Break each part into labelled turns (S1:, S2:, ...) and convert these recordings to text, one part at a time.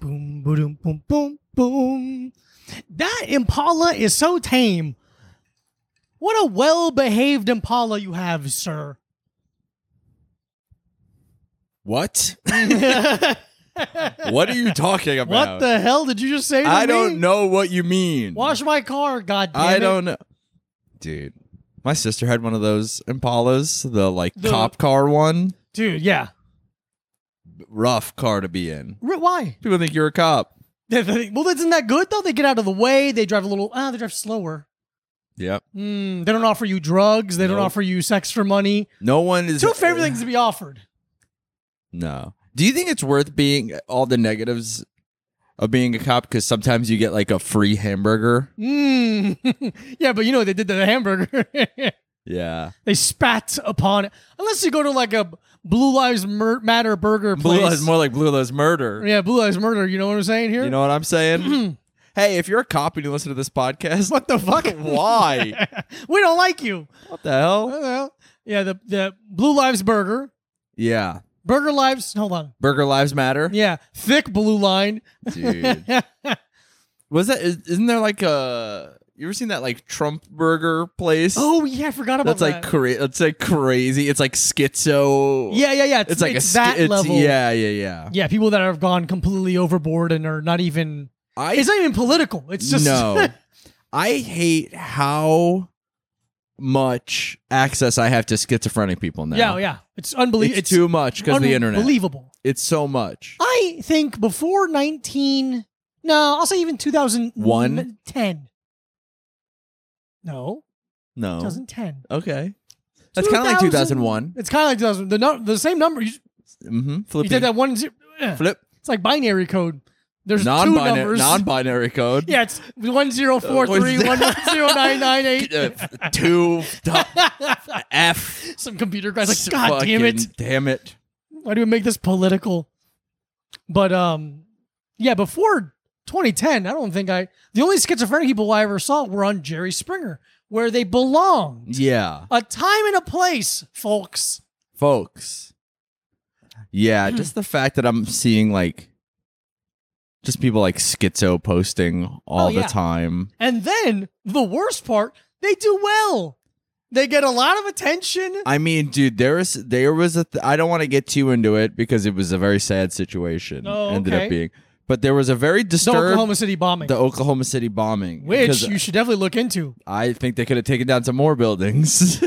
S1: Boom, boom, boom, boom, boom. That Impala is so tame. What a well behaved Impala you have, sir.
S2: What?
S1: what
S2: What are you talking about?
S1: the hell did you just say? To
S2: I
S1: me?
S2: don't know what you mean.
S1: Wash my car, goddamn.
S2: I don't know. Dude, my sister had one of those Impalas, the like
S1: The-
S2: cop car one.
S1: dude. Yeah,
S2: Rough car to be in.
S1: R- why?
S2: People think you're a cop.
S1: They think, well, isn't that good though? They get out of the way. They drive a little. Ah, they drive slower.
S2: Yep.
S1: Mm, they don't offer you drugs. They don't
S2: Nope.
S1: offer you sex for money.
S2: No one is
S1: Two favorite things to be offered.
S2: No. Do you think it's worth being all the negatives of being a cop? Because sometimes you get like a free hamburger.
S1: Mm. yeah, but you know what they did to the hamburger.
S2: Yeah.
S1: they spat upon it. Unless you go to like a Blue Lives Mur- Matter burger place.
S2: Blue Lives, more like Blue Lives Murder.
S1: Yeah, Blue Lives Murder. You know what I'm saying here?
S2: You know what I'm saying? hey, if you're a cop and you listen to this podcast,
S1: what the fuck?
S2: why?
S1: we don't like you.
S2: what the hell?
S1: Well, yeah, the the Blue Lives Burger,
S2: Yeah.
S1: Burger Lives. Hold on.
S2: Burger Lives Matter.
S1: Yeah, thick blue line.
S2: Dude. Was that is, isn't there like a you ever seen that like Trump burger place?
S1: oh yeah, I forgot about
S2: that's like
S1: that.
S2: cra- that's like crazy. It's like schizo.
S1: yeah, yeah, yeah. It's,
S2: It's, like a
S1: it's
S2: sch-
S1: that
S2: it's-
S1: level.
S2: Yeah, yeah, yeah.
S1: Yeah, people that have gone completely overboard and are not even.
S2: I
S1: It's not even political. It's just
S2: no. I hate how much access I have to schizophrenic people now.
S1: yeah, yeah. It's Oh, unbelievable.
S2: It's, too much because of the internet.
S1: Unbelievable.
S2: It's so much.
S1: I think before nineteen. No, I'll say even two thousand
S2: One?
S1: ten. No, two
S2: No.
S1: thousand ten.
S2: Okay. That's kind of like 2001.
S1: It's kind of like two thousand. The, nu- the same number. You,
S2: Mm-hmm.
S1: you take
S2: Flipping.
S1: that one. Zero, eh.
S2: Flip.
S1: It's like binary code. There's two
S2: Non-binary,
S1: numbers.
S2: non-binary code.
S1: yeah, it's one zero four three one zero nine nine eight.
S2: Uh, f- two F.
S1: Some computer guy's like, God damn
S2: Fucking
S1: it!
S2: Damn it.
S1: Why do we make this political? But um, yeah, before 2010, I don't think I. The only schizophrenic people I ever saw were on Jerry Springer, where they belong.
S2: Yeah.
S1: A time and a place, folks.
S2: Folks.
S1: Hmm.
S2: Yeah, just the fact that I'm seeing like just people like schizo posting all
S1: Oh, yeah.
S2: the time.
S1: And then the worst part, they do well. They get a lot of attention.
S2: I mean, dude, there is there was a th- I don't want to get too into it because it was a very sad situation.
S1: Oh,
S2: Ended
S1: okay.
S2: up being, but there was a very
S1: The
S2: disturbed
S1: Oklahoma City bombing,
S2: the uh, Oklahoma City bombing,
S1: which
S2: because
S1: you should definitely look into.
S2: I think they could have taken down some more buildings.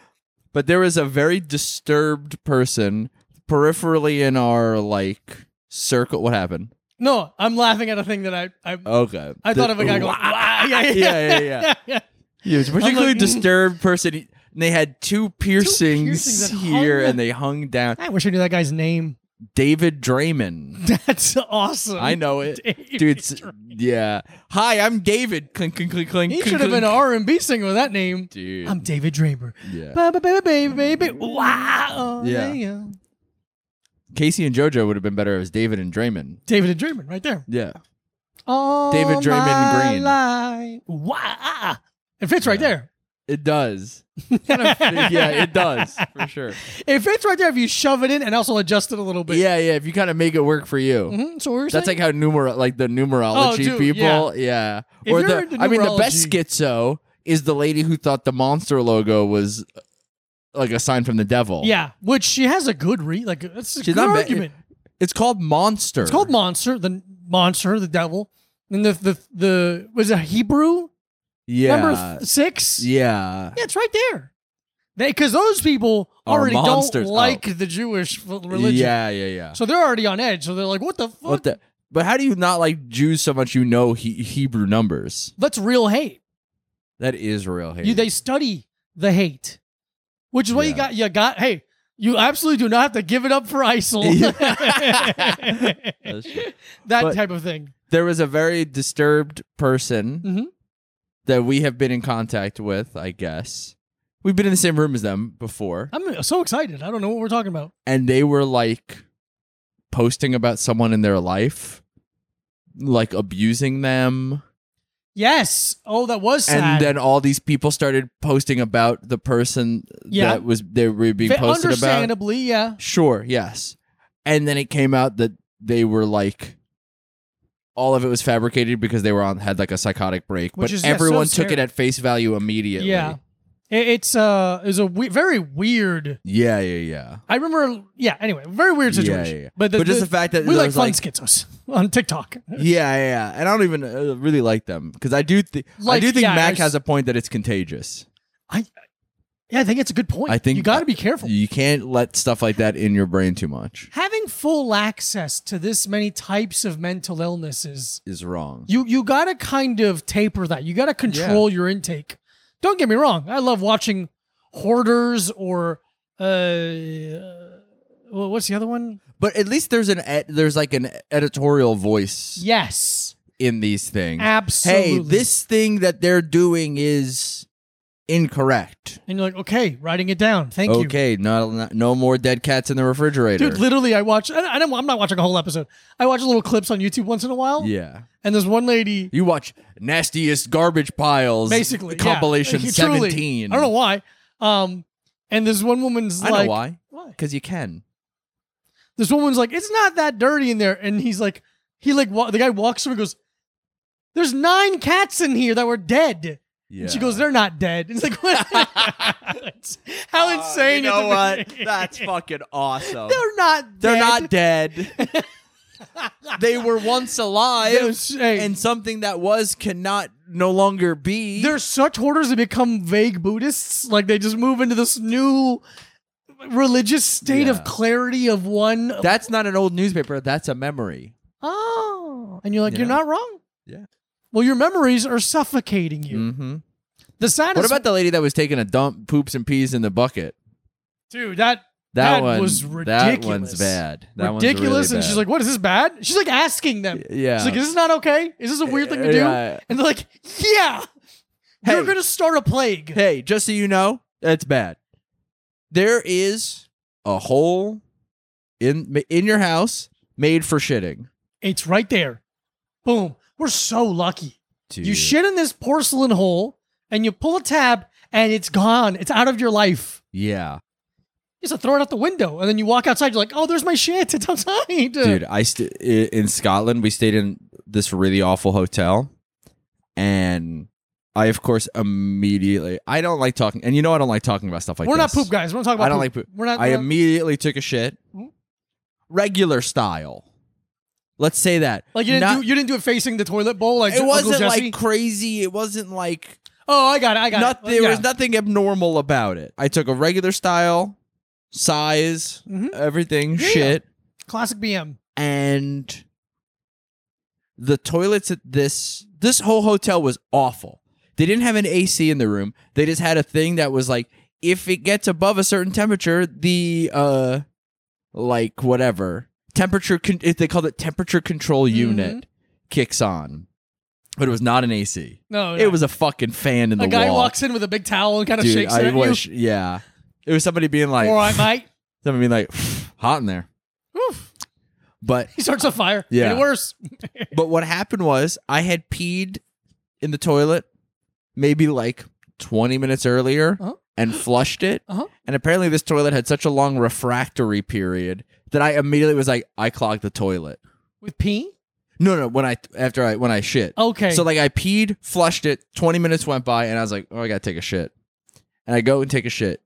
S2: but there was a very disturbed person peripherally in our like circle. What happened?
S1: No, I'm laughing at a thing that I I,
S2: Okay,
S1: I thought of a guy going.
S2: Wha-
S1: "Wah." Yeah,
S2: yeah, yeah, Oh, yeah.
S1: yeah.
S2: He was a particularly
S1: mm.
S2: disturbed person. He- And they had two piercings,
S1: piercings that
S2: here,
S1: hung-
S2: and they hung down.
S1: I wish I knew that guy's name.
S2: David Draymond.
S1: That's awesome.
S2: I know it,
S1: David
S2: dude. s- Yeah. Hi, I'm David. Clink, clink, clink, clink.
S1: He
S2: clink,
S1: should have been Um, an
S2: clink.
S1: R and B singer with that name.
S2: Dude.
S1: I'm David Draper.
S2: yeah.
S1: Baby, baby, baby, wow.
S2: Yeah.
S1: yeah.
S2: Casey and JoJo would have been better as David and Draymond.
S1: David and Draymond, right there.
S2: Yeah.
S1: All
S2: David Draymond
S1: my
S2: Green.
S1: life. Wow. It fits right there.
S2: It does. Kind of- yeah, it does for sure.
S1: It fits right there if you shove it in and also adjust it a little
S2: But
S1: bit.
S2: yeah, yeah. If you kind of make it work for you,
S1: Mhm, So what you're
S2: that's
S1: saying?
S2: like how numer like the numerology
S1: Oh, dude,
S2: people. Yeah.
S1: If
S2: Or
S1: you're
S2: the
S1: into
S2: I mean, the best
S1: numerology-
S2: schizo is the lady who thought the monster logo was uh, like a sign from the devil.
S1: yeah, which she has a good read. Like that's a
S2: She's
S1: good
S2: not bad.
S1: argument.
S2: It's called monster.
S1: It's called monster. The monster, the devil, and the the the was it Hebrew
S2: Yeah.
S1: number th- six.
S2: yeah.
S1: Yeah, it's right there. They because those people
S2: Are
S1: already don't
S2: monsters. Oh.
S1: like the Jewish f- religion,
S2: Yeah, yeah, yeah.
S1: so they're already on edge. So they're like, "What the fuck?
S2: What the? But how do you not like Jews so much? You know he, Hebrew numbers.
S1: That's real hate.
S2: That is real hate.
S1: You they study the hate, which is what you
S2: Yeah.
S1: got. You got hey, you absolutely do not have to give it up for ISIL.
S2: That's true.
S1: that
S2: But-
S1: type of thing.
S2: there was a very disturbed person
S1: Mhm.
S2: that we have been in contact with. I guess we've been in the same room as them before,
S1: I'm so excited. I don't know what we're talking about.
S2: and they were like posting about someone in their life, like abusing them,
S1: Yes. Oh, that was sad.
S2: and then all these people started posting about the person
S1: Yeah.
S2: that was they were being
S1: Fa-
S2: posted about.
S1: understandably, yeah.
S2: Sure, yes. And then it came out that they were like all of it was fabricated because they were on had like a psychotic break.
S1: Which
S2: but
S1: is- yeah, so
S2: everyone took it
S1: scary.
S2: at face value immediately.
S1: yeah. It, it's uh, it was a we- very weird.
S2: Yeah, yeah, yeah.
S1: I remember. Yeah. Anyway, very weird
S2: Yeah,
S1: situation.
S2: yeah, yeah.
S1: But, the,
S2: But just
S1: the-
S2: the fact that
S1: we
S2: there
S1: like
S2: was,
S1: fun
S2: like-
S1: schizos on TikTok.
S2: Yeah, yeah, yeah. And I don't even uh, really like them because I do think I
S1: Like,
S2: do think
S1: yeah,
S2: Mac
S1: there's-
S2: has a point that it's contagious.
S1: Yeah, I think it's a good point.
S2: I think-
S1: you got to be careful.
S2: You can't let stuff like that in your brain too much.
S1: Having full access to this many types of mental illnesses,
S2: Is wrong.
S1: you you got to kind of taper that. You got to control your intake. Don't get me wrong. I love watching hoarders or uh, uh, well, what's the other one?
S2: But at least there's an ed- there's like an editorial voice
S1: Yes,
S2: in these things.
S1: absolutely.
S2: Hey, this thing that they're doing is incorrect.
S1: and you're like, okay, writing it down. Thank you.
S2: okay, no, no- no more dead cats in the refrigerator.
S1: Dude, literally, I watch. I, I don't, I'm not watching a whole episode. I watch little clips on YouTube once in a while.
S2: yeah,
S1: And there's one lady,
S2: you watch nastiest garbage piles.
S1: basically yeah.
S2: compilation
S1: Like, truly.
S2: seventeen.
S1: I don't know why. Um, and this one woman's
S2: I know
S1: like,
S2: why.
S1: why?
S2: Because you can.
S1: This woman's like, it's not that dirty in there. And he's like, he like wa- the guy walks through and goes, "There's nine cats in here that were dead."
S2: Yeah. Uh,
S1: And she goes, "They're not dead." And it's like, what? It's- how insane!
S2: Oh,
S1: is
S2: You know
S1: it?
S2: what? That's fucking awesome.
S1: They're not.
S2: They're
S1: dead.
S2: not dead. they were once
S1: They're,
S2: alive,
S1: s- hey,
S2: and something that was cannot no longer be.
S1: they're such hoarders that become vague Buddhists. Like they just move into this new religious state
S2: Yeah.
S1: of clarity of one.
S2: That's not an old newspaper. That's a memory.
S1: oh, and you're like,
S2: Yeah.
S1: you're not wrong.
S2: Yeah.
S1: Well, your memories are suffocating you.
S2: Mm-hmm.
S1: The saddest.
S2: What about the lady that was taking a dump, poops and pees in the bucket?
S1: dude? That
S2: That,
S1: That
S2: one
S1: was
S2: That
S1: ridiculous.
S2: one's bad. That one's
S1: ridiculous.
S2: really
S1: and she's
S2: bad.
S1: like, "What is this bad?" She's like asking them.
S2: yeah.
S1: She's like, "Is this not okay? Is this a weird thing to do?"
S2: Yeah.
S1: And they're like, "Yeah, you're
S2: Hey.
S1: gonna start a plague."
S2: Hey, just so you know, that's bad. There is a hole in in your house made for shitting.
S1: It's right there. Boom. We're so lucky. You
S2: Dude.
S1: shit in this porcelain hole, and you pull a tab, and it's gone. It's out of your life.
S2: Yeah.
S1: You just throw it out the window, and then you walk outside. You're like, "Oh, there's my shit. It's outside."
S2: dude i st- i- in scotland we stayed in this really awful hotel and i of course immediately i don't like talking and you know i don't like talking about stuff like
S1: we're
S2: this
S1: not poop guys. We're not talking about.
S2: I don't
S1: poop.
S2: like poop.
S1: We're not.
S2: i
S1: we're not-
S2: immediately took a shit
S1: Mhm.
S2: regular style let's say that
S1: like you didn't
S2: Not-
S1: do. You didn't do it facing the toilet bowl. Like
S2: it wasn't
S1: Uncle Jesse.
S2: like crazy it wasn't like
S1: Oh, I got it. I got
S2: not,
S1: it.
S2: there
S1: Yeah.
S2: was nothing abnormal about it i took a regular style size
S1: Mhm.
S2: everything
S1: Yeah.
S2: shit
S1: Classic BM.
S2: and the toilets at this this whole hotel was awful. They didn't have an AC in the room. They just had a thing that was like if it gets above a certain temperature, the uh like whatever temperature con- if they called it temperature control
S1: Mm-hmm.
S2: unit kicks on. But it was not an AC.
S1: No,
S2: It was a fucking fan in
S1: a
S2: the
S1: guy
S2: wall.
S1: walks in with a big towel and kind of
S2: Dude,
S1: shakes it
S2: I
S1: at
S2: wish yeah. It was somebody being
S1: you.
S2: like
S1: All right, mate.
S2: somebody being like hot in there.
S1: Oof.
S2: But
S1: He starts a fire.
S2: Yeah.
S1: Made it worse.
S2: But what happened was I had peed in the toilet maybe like 20 minutes earlier
S1: Uh-huh.
S2: and flushed it.
S1: Uh-huh.
S2: And apparently this toilet had such a long refractory period that I immediately was like I clogged the toilet.
S1: With pee?
S2: No, no, when I after I when I shit.
S1: Okay.
S2: So like I peed, flushed it, 20 minutes went by and I was like, "Oh, I got to take a shit." And I go and take a shit.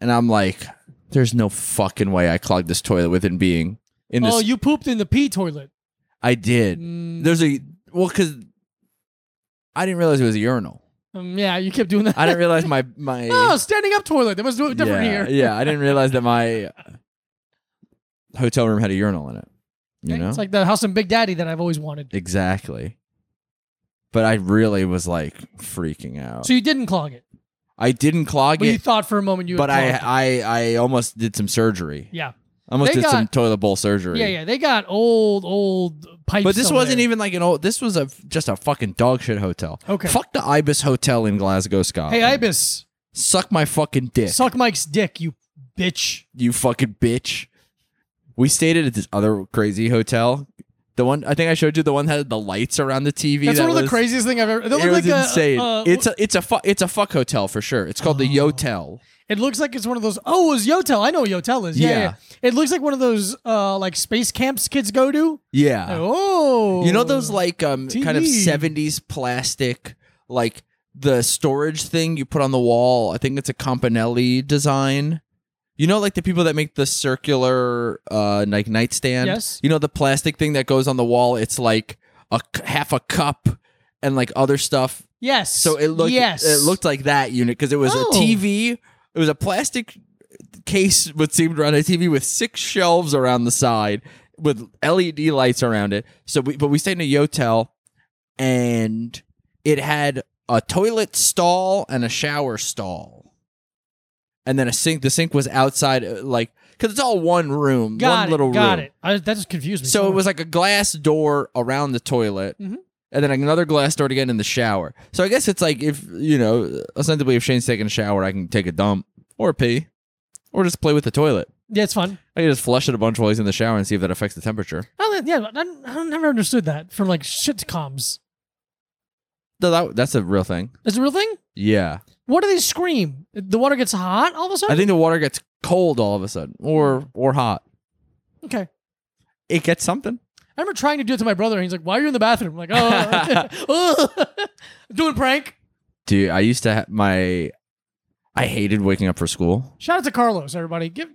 S2: And I'm like, there's no fucking way I clogged this toilet within being in this
S1: oh, you pooped in the pee toilet.
S2: I did.
S1: Mm,
S2: There's a well, because I didn't realize it was a urinal.
S1: um, yeah, you kept doing that.
S2: I didn't realize my my
S1: Oh, standing up toilet. They must do it different here.
S2: yeah, Yeah, I didn't realize that my hotel room had a urinal in it. You know
S1: It's like the house in Big Daddy that I've always wanted.
S2: exactly. But I really was like freaking out.
S1: So you didn't clog it.
S2: I didn't clog
S1: But you
S2: it,
S1: thought for a moment you
S2: but
S1: had
S2: I
S1: clogged
S2: I I almost did some surgery.
S1: it. Yeah.
S2: I almost
S1: They
S2: did some
S1: got-
S2: toilet bowl surgery.
S1: Yeah, yeah. They got old, old pipes.
S2: But this
S1: over
S2: wasn't
S1: there.
S2: even like an old. This was a just a fucking dog shit hotel.
S1: Okay.
S2: Fuck the Ibis Hotel in Glasgow, Scotland.
S1: Hey, Ibis,
S2: Suck my fucking dick.
S1: suck Mike's dick, you bitch.
S2: you fucking bitch. We stayed at this other crazy hotel. The one I think I showed you, the one that had the lights around the TV.
S1: That's
S2: that
S1: one of the
S2: was-
S1: craziest thing I've ever. It,
S2: It
S1: looked
S2: was
S1: like a-
S2: insane.
S1: uh,
S2: it's a it's a fu- it's a fuck hotel for sure. It's called the
S1: Oh.
S2: Yotel.
S1: It looks like it's one of those. Oh, it was Yotel. I know what Yotel is. Yeah,
S2: Yeah.
S1: yeah. It looks like one of those uh like space camps kids go to.
S2: Yeah,
S1: oh, Oh,
S2: Ah. You know those like um kind of
S1: TV.
S2: 70s plastic like the storage thing you put on the wall. I think it's a Campanelli design. You know like the people that make the circular uh like nightstand?
S1: Yes.
S2: You know the plastic thing that goes on the wall, it's like a c- half a cup and like other stuff.
S1: Yes.
S2: So it looked
S1: Yes.
S2: it looked like that unit because it was
S1: Oh.
S2: a TV. It was a plastic case what seemed around a TV with six shelves around the side with LED lights around it. So we but we stayed in a Yotel and it had a toilet stall and a shower stall. And then a sink the sink was outside uh, like cuz it's all one room,
S1: got
S2: one
S1: it,
S2: little
S1: Got
S2: room.
S1: it. I, that just confused me.
S2: So it
S1: much.
S2: was like a glass door around the toilet,
S1: Mhm.
S2: and then another glass door to get in the shower. So I guess it's like if you know, ostensibly, if Shane's taking a shower, I can take a dump or pee, or just play with the toilet.
S1: yeah, it's fun.
S2: I can just flush it a bunch while he's in the shower and see if that affects the temperature.
S1: I, don't- Oh, yeah, I, don't- I don't- never understood that from like shitcoms.
S2: No, that, that's a real thing.
S1: Is it a real thing?
S2: Yeah,
S1: What do they scream? The water gets hot all of a
S2: I
S1: sudden.
S2: think the water gets cold all of a sudden, or or hot.
S1: okay.
S2: It gets something.
S1: I remember trying to do it to my brother, and he's like, "Why are you in the bathroom?" I'm like, "Oh, ugh." doing prank."
S2: Dude, I used to ha- my. I hated waking up for school.
S1: Shout out to Carlos, everybody. Give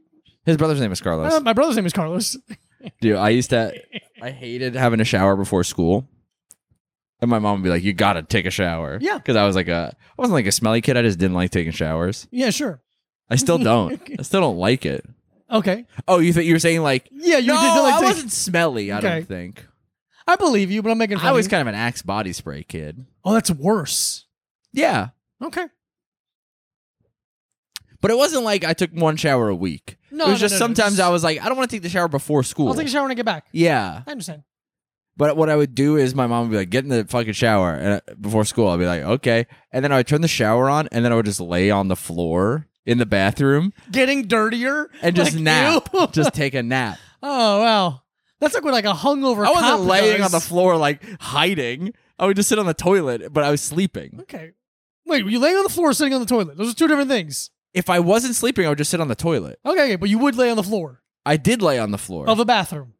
S2: His brother's name is Carlos.
S1: uh, my brother's name is Carlos.
S2: Dude, I used to. I hated having a shower before school, and my mom would be like, "You gotta take a shower."
S1: Yeah.
S2: because I was like a, I wasn't like a smelly kid. I just didn't like taking showers.
S1: Yeah, sure.
S2: I still don't. I still don't like it.
S1: Okay.
S2: Oh, you think you were saying like?
S1: Yeah, you
S2: no,
S1: did. like,
S2: I
S1: take-
S2: wasn't smelly. I
S1: Okay.
S2: don't think.
S1: I believe you, but I'm making fun.
S2: I was
S1: of you.
S2: kind of an Axe body spray kid.
S1: Oh, that's worse.
S2: Yeah,
S1: Okay.
S2: but it wasn't like I took one shower a week.
S1: No,
S2: it was
S1: no,
S2: just
S1: no, no,
S2: sometimes I was like, I don't want to take the shower before school.
S1: I'll take a shower when I get back.
S2: yeah,
S1: I understand.
S2: But what I would do is my mom would be like, "Get in the fucking shower." And uh, before school, I'd be like, "Okay," and then I would turn the shower on, and then I would just lay on the floor in the bathroom
S1: Getting dirtier
S2: and just
S1: like
S2: nap,
S1: you?
S2: just take a nap.
S1: oh wow, that's like what like a hungover.
S2: I
S1: cop
S2: wasn't laying
S1: does.
S2: on the floor like hiding. I would just sit on the toilet, but I was sleeping.
S1: Okay. Wait, were you laying on the floor or sitting on the toilet? Those are two different things.
S2: If I wasn't sleeping, I would just sit on the toilet.
S1: Okay, okay, but you would lay on the floor
S2: I did lay on the floor
S1: of the bathroom.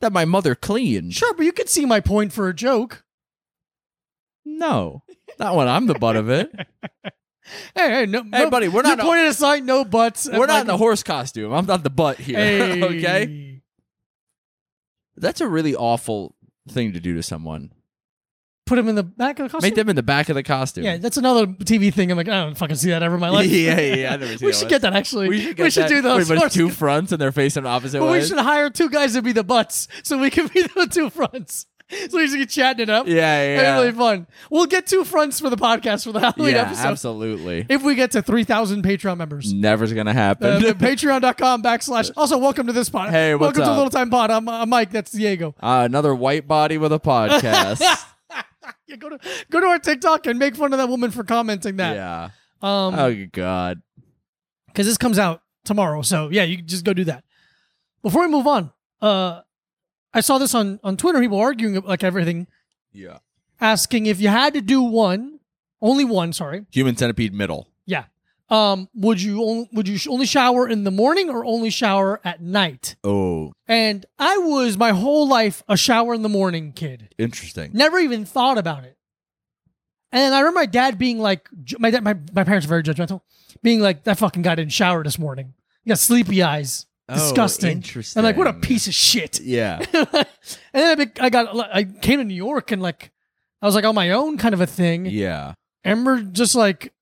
S2: that my mother cleaned.
S1: Sure, but you could see my point for a joke.
S2: No, not when I'm the butt of it.
S1: Hey, hey, no,
S2: Hey,
S1: no-
S2: buddy, we're
S1: you
S2: not
S1: pointed a sign, no butts.
S2: we're not in a horse costume. I'm not the butt here.
S1: Hey.
S2: okay, that's a really awful thing to do to someone.
S1: Put him in the back of the costume.
S2: Make them in the back of the costume.
S1: yeah, that's another TV thing. I'm like, I don't fucking see that ever in my life.
S2: yeah, yeah, yeah. I never seen
S1: we
S2: that
S1: should
S2: one.
S1: get that actually.
S2: We should, get that.
S1: do those.
S2: Wait, but it's
S1: first.
S2: two fronts and they're facing opposite
S1: But we
S2: ways.
S1: should hire two guys to be the butts so we can be the two fronts. So we should get chatting it up.
S2: Yeah, yeah,
S1: That'd
S2: yeah.
S1: be really fun. We'll get two fronts for the podcast for the Halloween
S2: yeah
S1: episode.
S2: absolutely.
S1: If we get to 3,000 Patreon members.
S2: Never's gonna
S1: Uh,
S2: happen.
S1: Patreon.com backslash. Also, welcome to this pod.
S2: Hey, what's
S1: welcome to
S2: up?
S1: Little Time Pod. I'm, I'm Mike. That's Diego.
S2: Uh, another white body with a podcast.
S1: Yeah, go to go to our TikTok and make fun of that woman for commenting that.
S2: yeah.
S1: Um,
S2: Oh God.
S1: because this comes out tomorrow. So yeah, you can just go do that. Before we move on, uh, I saw this on on Twitter. People arguing like everything,
S2: Yeah.
S1: asking if you had to do one, only one. Sorry,
S2: Human centipede middle.
S1: um, would you only would you sh- only shower in the morning or only shower at night?
S2: Oh,
S1: And I was my whole life a shower in the morning kid.
S2: interesting.
S1: Never even thought about it. And I remember my dad being like, ju- my dad, my, my parents are very judgmental, being like, that fucking guy didn't shower this morning. He got sleepy eyes. Disgusting.
S2: Oh, interesting.
S1: I'm like, what a piece of shit.
S2: Yeah.
S1: and then I, be- I got, I came to New York and like, I was like on my own kind of a thing.
S2: Yeah.
S1: And we're just like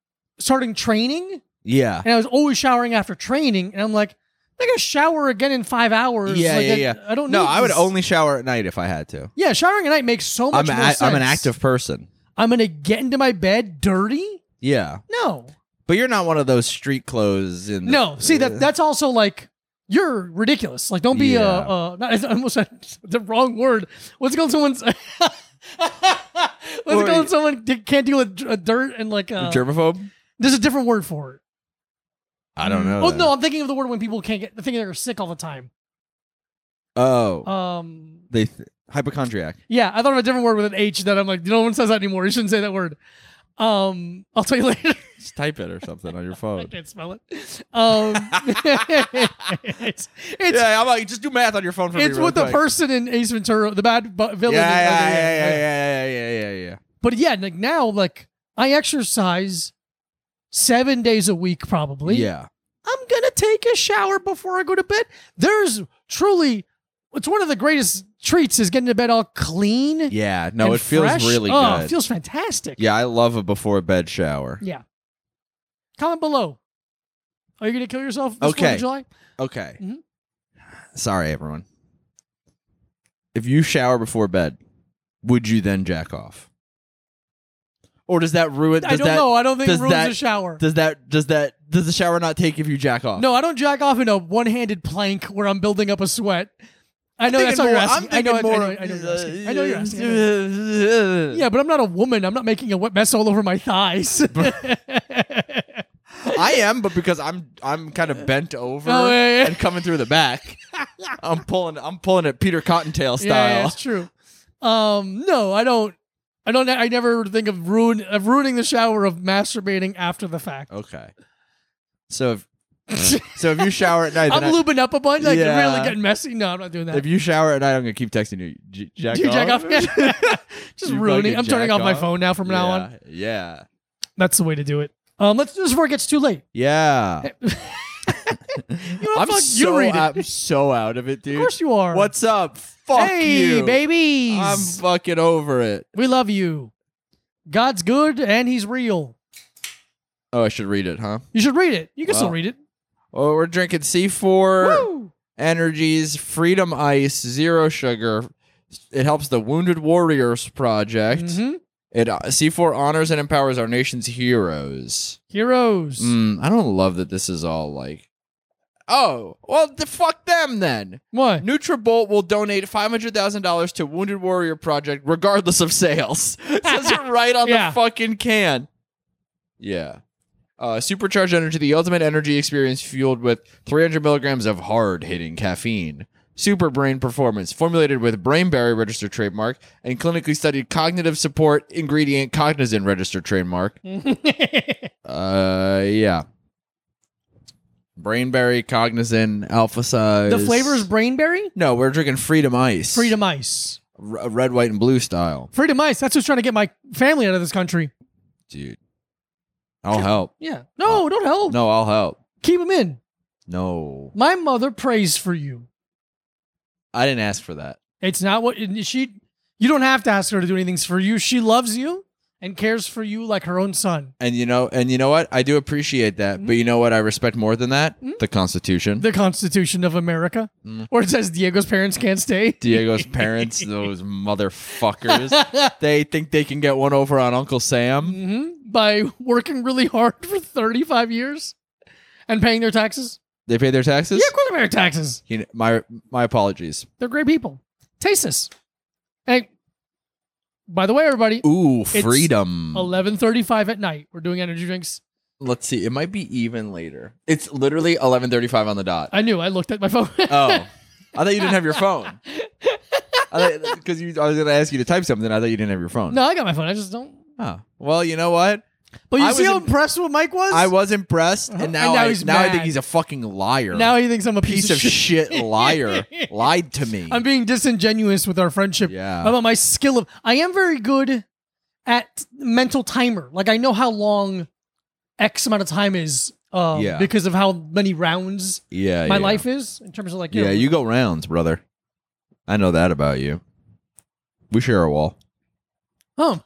S1: starting training,
S2: Yeah.
S1: and I was always showering after training, and I'm like, I gotta shower again in five hours.
S2: Yeah,
S1: like,
S2: yeah,
S1: I,
S2: yeah.
S1: I don't.
S2: No,
S1: need
S2: I would
S1: this.
S2: only shower at night if I had to.
S1: Yeah, showering at night makes so much
S2: I'm
S1: more
S2: a,
S1: sense.
S2: I'm an active person.
S1: I'm gonna get into my bed dirty.
S2: Yeah.
S1: No,
S2: But you're not one of those street clothes in
S1: no. See that that's also like you're ridiculous. Like don't be
S2: Yeah.
S1: uh uh. Not, I almost said the wrong word. What's going someone's. What's
S2: Or-
S1: going when someone d- can't deal with d- uh, dirt and like uh,
S2: germaphobe?
S1: there's a different word for it.
S2: I don't know.
S1: Oh
S2: that.
S1: no, I'm thinking of the word when people can't get the thing they're sick all the time.
S2: Oh,
S1: Um,
S2: they th- hypochondriac.
S1: yeah, I thought of a different word with an H that I'm like no one says that anymore. You shouldn't say that word. Um, I'll tell you later.
S2: Just type it or something on your
S1: I
S2: phone.
S1: can't spell it. Um, it's it's,
S2: yeah, I'm like, just do math on your phone for me.
S1: it's
S2: real
S1: what the
S2: quick.
S1: person in Ace Ventura, the bad bu-
S2: Yeah,
S1: villain. in-
S2: yeah,
S1: okay,
S2: yeah, yeah, yeah, yeah, yeah, yeah, yeah.
S1: But yeah, like now, like I exercise seven days a week probably.
S2: Yeah.
S1: I'm gonna take a shower before I go to bed. There's truly, it's one of the greatest treats is getting to bed all clean.
S2: Yeah. No,
S1: and
S2: it feels
S1: fresh.
S2: really
S1: oh,
S2: good.
S1: It feels fantastic.
S2: yeah, I love a before bed shower.
S1: Yeah. Comment below. Are you gonna kill yourself? This
S2: Okay.
S1: Fourth of July.
S2: Okay.
S1: Mhm.
S2: Sorry, everyone. If you shower before bed, would you then jack off? Or does that ruin? Does
S1: I don't
S2: that,
S1: know. I don't think it
S2: does
S1: ruins
S2: that-
S1: a shower.
S2: Does that? Does that? Does the shower not take if you jack off?
S1: no, I don't jack off in a one-handed plank where I'm building up a sweat. I know that's
S2: Thinking
S1: all you're
S2: more-
S1: asking.
S2: I'm
S1: I know.
S2: thinking
S1: I
S2: more.
S1: know, I know you're asking. I know you're asking. I know you're asking.
S2: asking.
S1: Yeah, but I'm not a woman. I'm not making a wet mess all over my thighs.
S2: I am, but because I'm I'm kind of bent over
S1: Oh, yeah, yeah.
S2: and coming through the back, I'm pulling I'm pulling it Peter Cottontail
S1: Yeah, Yeah,
S2: style.
S1: that's true. Um, no, I don't. I don't. I never think of ruin of ruining the shower of masturbating after the fact.
S2: Okay. So if so if you shower at night,
S1: I'm
S2: then I-
S1: lubing up a bunch. Like
S2: Yeah.
S1: really getting messy. No, I'm not doing that.
S2: if you shower at night, I'm gonna keep texting you. J- Jack,
S1: You jack
S2: off.
S1: off? Just
S2: You
S1: ruining.
S2: fucking
S1: I'm turning
S2: jack
S1: off my
S2: off?
S1: phone now from now on.
S2: Yeah, Yeah.
S1: That's the way to do it. Um, let's do this before it gets too late.
S2: Yeah.
S1: You know,
S2: I'm
S1: fuck
S2: so
S1: you read it.
S2: I'm so out of it, dude.
S1: Of course you are.
S2: What's up? Fuck
S1: hey,
S2: you,
S1: babies?
S2: I'm fucking over it.
S1: we love you. God's good and He's real.
S2: Oh, I should read it, huh?
S1: You should read it. You can still
S2: Wow. Er,
S1: read it.
S2: Oh, we're drinking C4.
S1: Woo!
S2: Energies, Freedom Ice, Zero Sugar. It helps the Wounded Warriors Project.
S1: Mhm.
S2: It uh, C4 honors and empowers our nation's heroes.
S1: Heroes.
S2: Mm, I don't love that this is all like. Oh well, the fuck them then.
S1: What?
S2: NutriBolt will donate five hundred thousand dollars to Wounded Warrior Project, regardless of sales. It Says it right on
S1: Yeah.
S2: the fucking can. Yeah. Uh, supercharged energy, the ultimate energy experience fueled with 300 milligrams of hard hitting caffeine. Super brain performance, formulated with Brain Barrier Registered trademark and clinically studied cognitive support ingredient Cognizant Registered trademark. Uh, yeah. Brainberry, Cognizant, Alpha Size.
S1: The flavor is brainberry,
S2: No, we're drinking Freedom Ice.
S1: freedom ice.
S2: R- uh, red, white, and blue style.
S1: Freedom ice. That's who's trying to get my family out of this country.
S2: Dude. I'll help.
S1: Yeah. No, don't help.
S2: No, I'll help.
S1: Keep them in.
S2: No.
S1: My mother prays for you.
S2: I didn't ask for that.
S1: It's not what she. You don't have to ask her to do anything for you. She loves you and cares for you like her own son.
S2: And you know, and you know what? I do appreciate that, but you know what I respect more than that?
S1: Mhm.
S2: The Constitution.
S1: The Constitution of America,
S2: Mm.
S1: where it says Diego's parents can't stay.
S2: Diego's parents, those motherfuckers. they think they can get one over on Uncle Sam.
S1: hmm By working really hard for 35 years and paying their taxes.
S2: They pay their taxes?
S1: Yeah, of course they pay their taxes.
S2: You know, my my apologies.
S1: They're great people. Taste this. Hey, by the way, everybody,
S2: Ooh, freedom.
S1: eleven thirty-five at night. We're doing energy drinks.
S2: Let's see. It might be even later. It's literally 11:35 on the dot.
S1: I knew. I looked at my phone.
S2: Oh, I thought you didn't have your phone. Because you, I was going to ask you to type something. I thought you didn't have your phone.
S1: no, I got my phone. I just don't.
S2: Oh. Well, you know what?
S1: But you
S2: I
S1: see
S2: was
S1: how
S2: im-
S1: impressed what Mike was.
S2: I was impressed, and now,
S1: Uh-huh. And now
S2: I,
S1: he's
S2: now I
S1: mad.
S2: think he's a fucking liar.
S1: Now he thinks I'm a
S2: piece of shit liar lied to me.
S1: I'm being disingenuous with our friendship.
S2: yeah.
S1: About my skill of, I am very good at mental timer. Like I know how long X amount of time is. Um,
S2: Yeah.
S1: Because of how many rounds
S2: yeah.
S1: my
S2: yeah.
S1: life is in terms of like you
S2: Yeah,
S1: know,
S2: you go rounds, brother. I know that about you. We share a wall.
S1: Oh,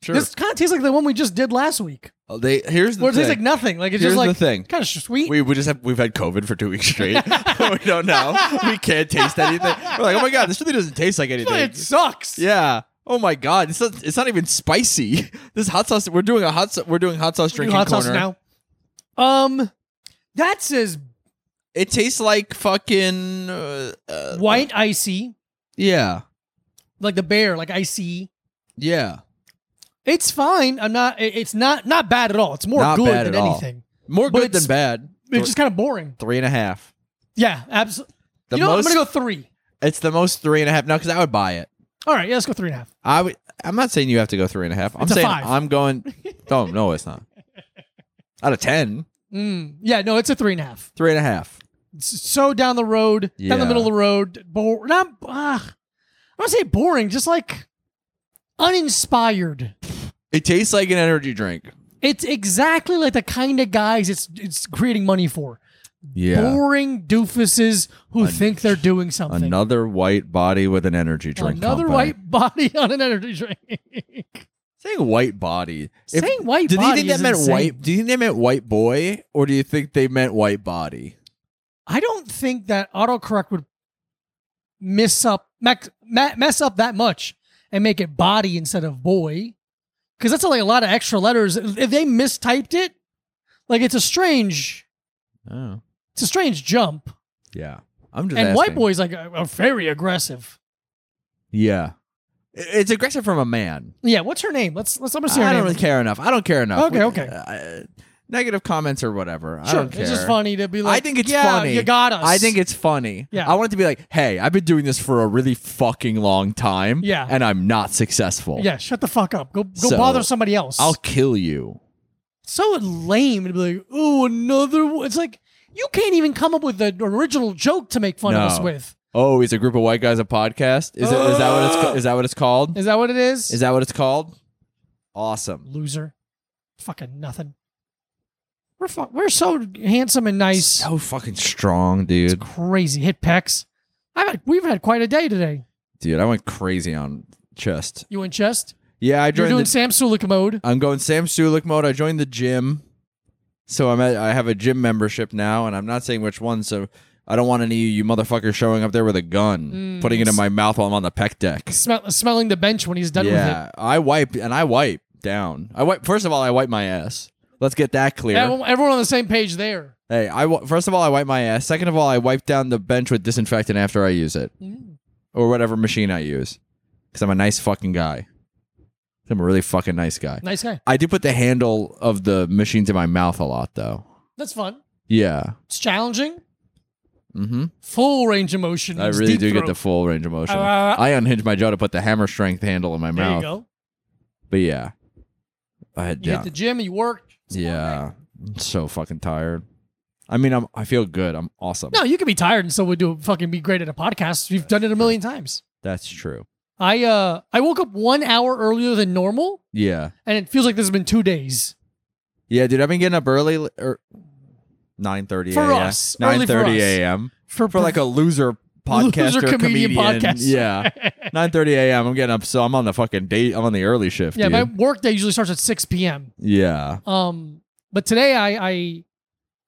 S2: Sure.
S1: this kind of tastes like the one we just did last week,
S2: Oh, they here's the
S1: where it
S2: thing.
S1: tastes like nothing. Like it's
S2: here's
S1: just
S2: the
S1: like
S2: thing.
S1: kind of sweet.
S2: We, we just have we've had COVID for two weeks straight. we don't know. We can't taste anything. We're like, oh my god, this really doesn't taste like
S1: But
S2: anything.
S1: it sucks.
S2: Yeah. Oh my god, it's not, it's not even spicy. This hot sauce. We're doing a hot. sau- We're doing hot sauce
S1: New
S2: drinking
S1: hot sauce
S2: corner.
S1: now. Um, that says
S2: It tastes like fucking. Uh, uh,
S1: white icy,
S2: Yeah.
S1: like the bear, like icy.
S2: Yeah.
S1: It's fine. I'm not. it- It's not not bad at all. It's more
S2: Not
S1: good
S2: bad
S1: than
S2: at all.
S1: anything.
S2: More
S1: But
S2: good than
S1: it's-
S2: bad. Th-
S1: It's just kind of boring.
S2: three and a half.
S1: Yeah, absolutely.
S2: The
S1: you know, what?
S2: most.
S1: I'm gonna go three.
S2: it's the most three and a half. No, because I would buy it.
S1: All right, yeah, let's go three and a half.
S2: I would. I'm not saying you have to go three and a half. I'm
S1: It's a
S2: saying
S1: five.
S2: I'm going. Oh no, it's not. Out of ten,
S1: Mm, yeah, no, it's a three and a half.
S2: three and a half.
S1: S- So down the road, down
S2: Yeah.
S1: the middle of the road, bo- not. Uh, I don't say boring, just like uninspired.
S2: It tastes like an energy drink.
S1: It's exactly like the kind of guys it's it's creating money for. Boring doofuses who
S2: An-
S1: think they're doing something.
S2: another white body with an energy drink.
S1: Another
S2: company.
S1: white body on an energy drink.
S2: Saying white body. If-
S1: Saying white
S2: Do you
S1: body
S2: think that
S1: is
S2: meant
S1: insane.
S2: white? Do you think they meant white boy, or do you think they meant white body?
S1: I don't think that autocorrect would mess up mac- ma- mess up that much and make it body instead of boy, because that's like a lot of extra letters. If they mistyped it, like it's a strange,
S2: Oh,
S1: it's a strange jump.
S2: yeah. I'm just
S1: and white
S2: asking.
S1: boys like are are very aggressive.
S2: Yeah, I- it's aggressive from a man.
S1: Yeah, what's her name? Let's let's. I'm gonna see her
S2: I don't
S1: name.
S2: really care enough. I don't care enough.
S1: Okay,
S2: We-
S1: okay.
S2: uh, negative comments or whatever. I
S1: sure,
S2: don't care.
S1: it's just funny to be like.
S2: I think it's
S1: yeah,
S2: funny.
S1: You got us.
S2: I think it's funny.
S1: Yeah.
S2: I want it to be like, hey, I've been doing this for a really fucking long time.
S1: Yeah.
S2: And I'm not successful.
S1: Yeah, shut the fuck up. Go go
S2: So,
S1: bother somebody else.
S2: I'll kill you.
S1: so lame to be like, oh, another one. It's like, you can't even come up with an original joke to make fun of us
S2: No.
S1: with.
S2: Oh, is a group of white guys a podcast? Is it? Is that what it's? ca- Is that what it's called?
S1: Is that what it is?
S2: Is that what it's called? Awesome.
S1: Loser. Fucking nothing. We're, fu- we're so handsome and nice.
S2: So fucking strong, dude.
S1: Crazy. Hit pecs. I've had, we've had quite a day today.
S2: Dude, I went crazy on chest.
S1: You in chest?
S2: Yeah, I
S1: You're
S2: joined.
S1: doing
S2: the,
S1: Sam Sulik mode.
S2: I'm going Sam Sulik mode. I joined the gym, so I'm at, I have a gym membership now, and I'm not saying which one. So I don't want any of you motherfuckers showing up there with a gun,
S1: Mm.
S2: putting it in my mouth while I'm on the pec deck.
S1: Smell, smelling the bench when he's done with it.
S2: yeah, I wipe and I wipe down. I wipe. First of all, I wipe my ass. Let's get that clear.
S1: Everyone, everyone on the same page there.
S2: Hey, I wa- first of all I wipe my ass. Second of all, I wipe down the bench with disinfectant after I use it,
S1: Mm.
S2: or whatever machine I use, because I'm a nice fucking guy. 'Cause I'm a really fucking nice guy.
S1: Nice guy.
S2: I do put the handle of the machine to my mouth a lot, though.
S1: That's fun.
S2: Yeah.
S1: It's challenging.
S2: Mm-hmm.
S1: Full range of motion.
S2: I
S1: It's
S2: really
S1: deep
S2: do get the
S1: throat.
S2: full range of motion.
S1: Uh,
S2: I unhinge my jaw to put the hammer strength handle in my
S1: there you
S2: mouth.
S1: go.
S2: But yeah, I had
S1: You
S2: yeah,
S1: hit the gym, you work. It's a long
S2: yeah.
S1: day.
S2: I'm so fucking tired. I mean, I'm I feel good. I'm awesome.
S1: No, you could be tired and still would do fucking be great at a podcast. You've done it a million times.
S2: That's true.
S1: I uh I woke up one hour earlier than normal,
S2: Yeah.
S1: and it feels like this has been two days.
S2: Yeah, dude, I've been getting up early er, or 9:30
S1: For
S2: a.m.
S1: us. Early for
S2: 9:30
S1: us.
S2: a.m.
S1: For,
S2: for like a loser podcaster
S1: Loser comedian
S2: comedian.
S1: podcast.
S2: Yeah. 9:30 a.m. I'm getting up so I'm on the fucking date I'm on the early shift,
S1: yeah,
S2: dude.
S1: my work day usually starts at six p.m.
S2: yeah.
S1: Um, but today I I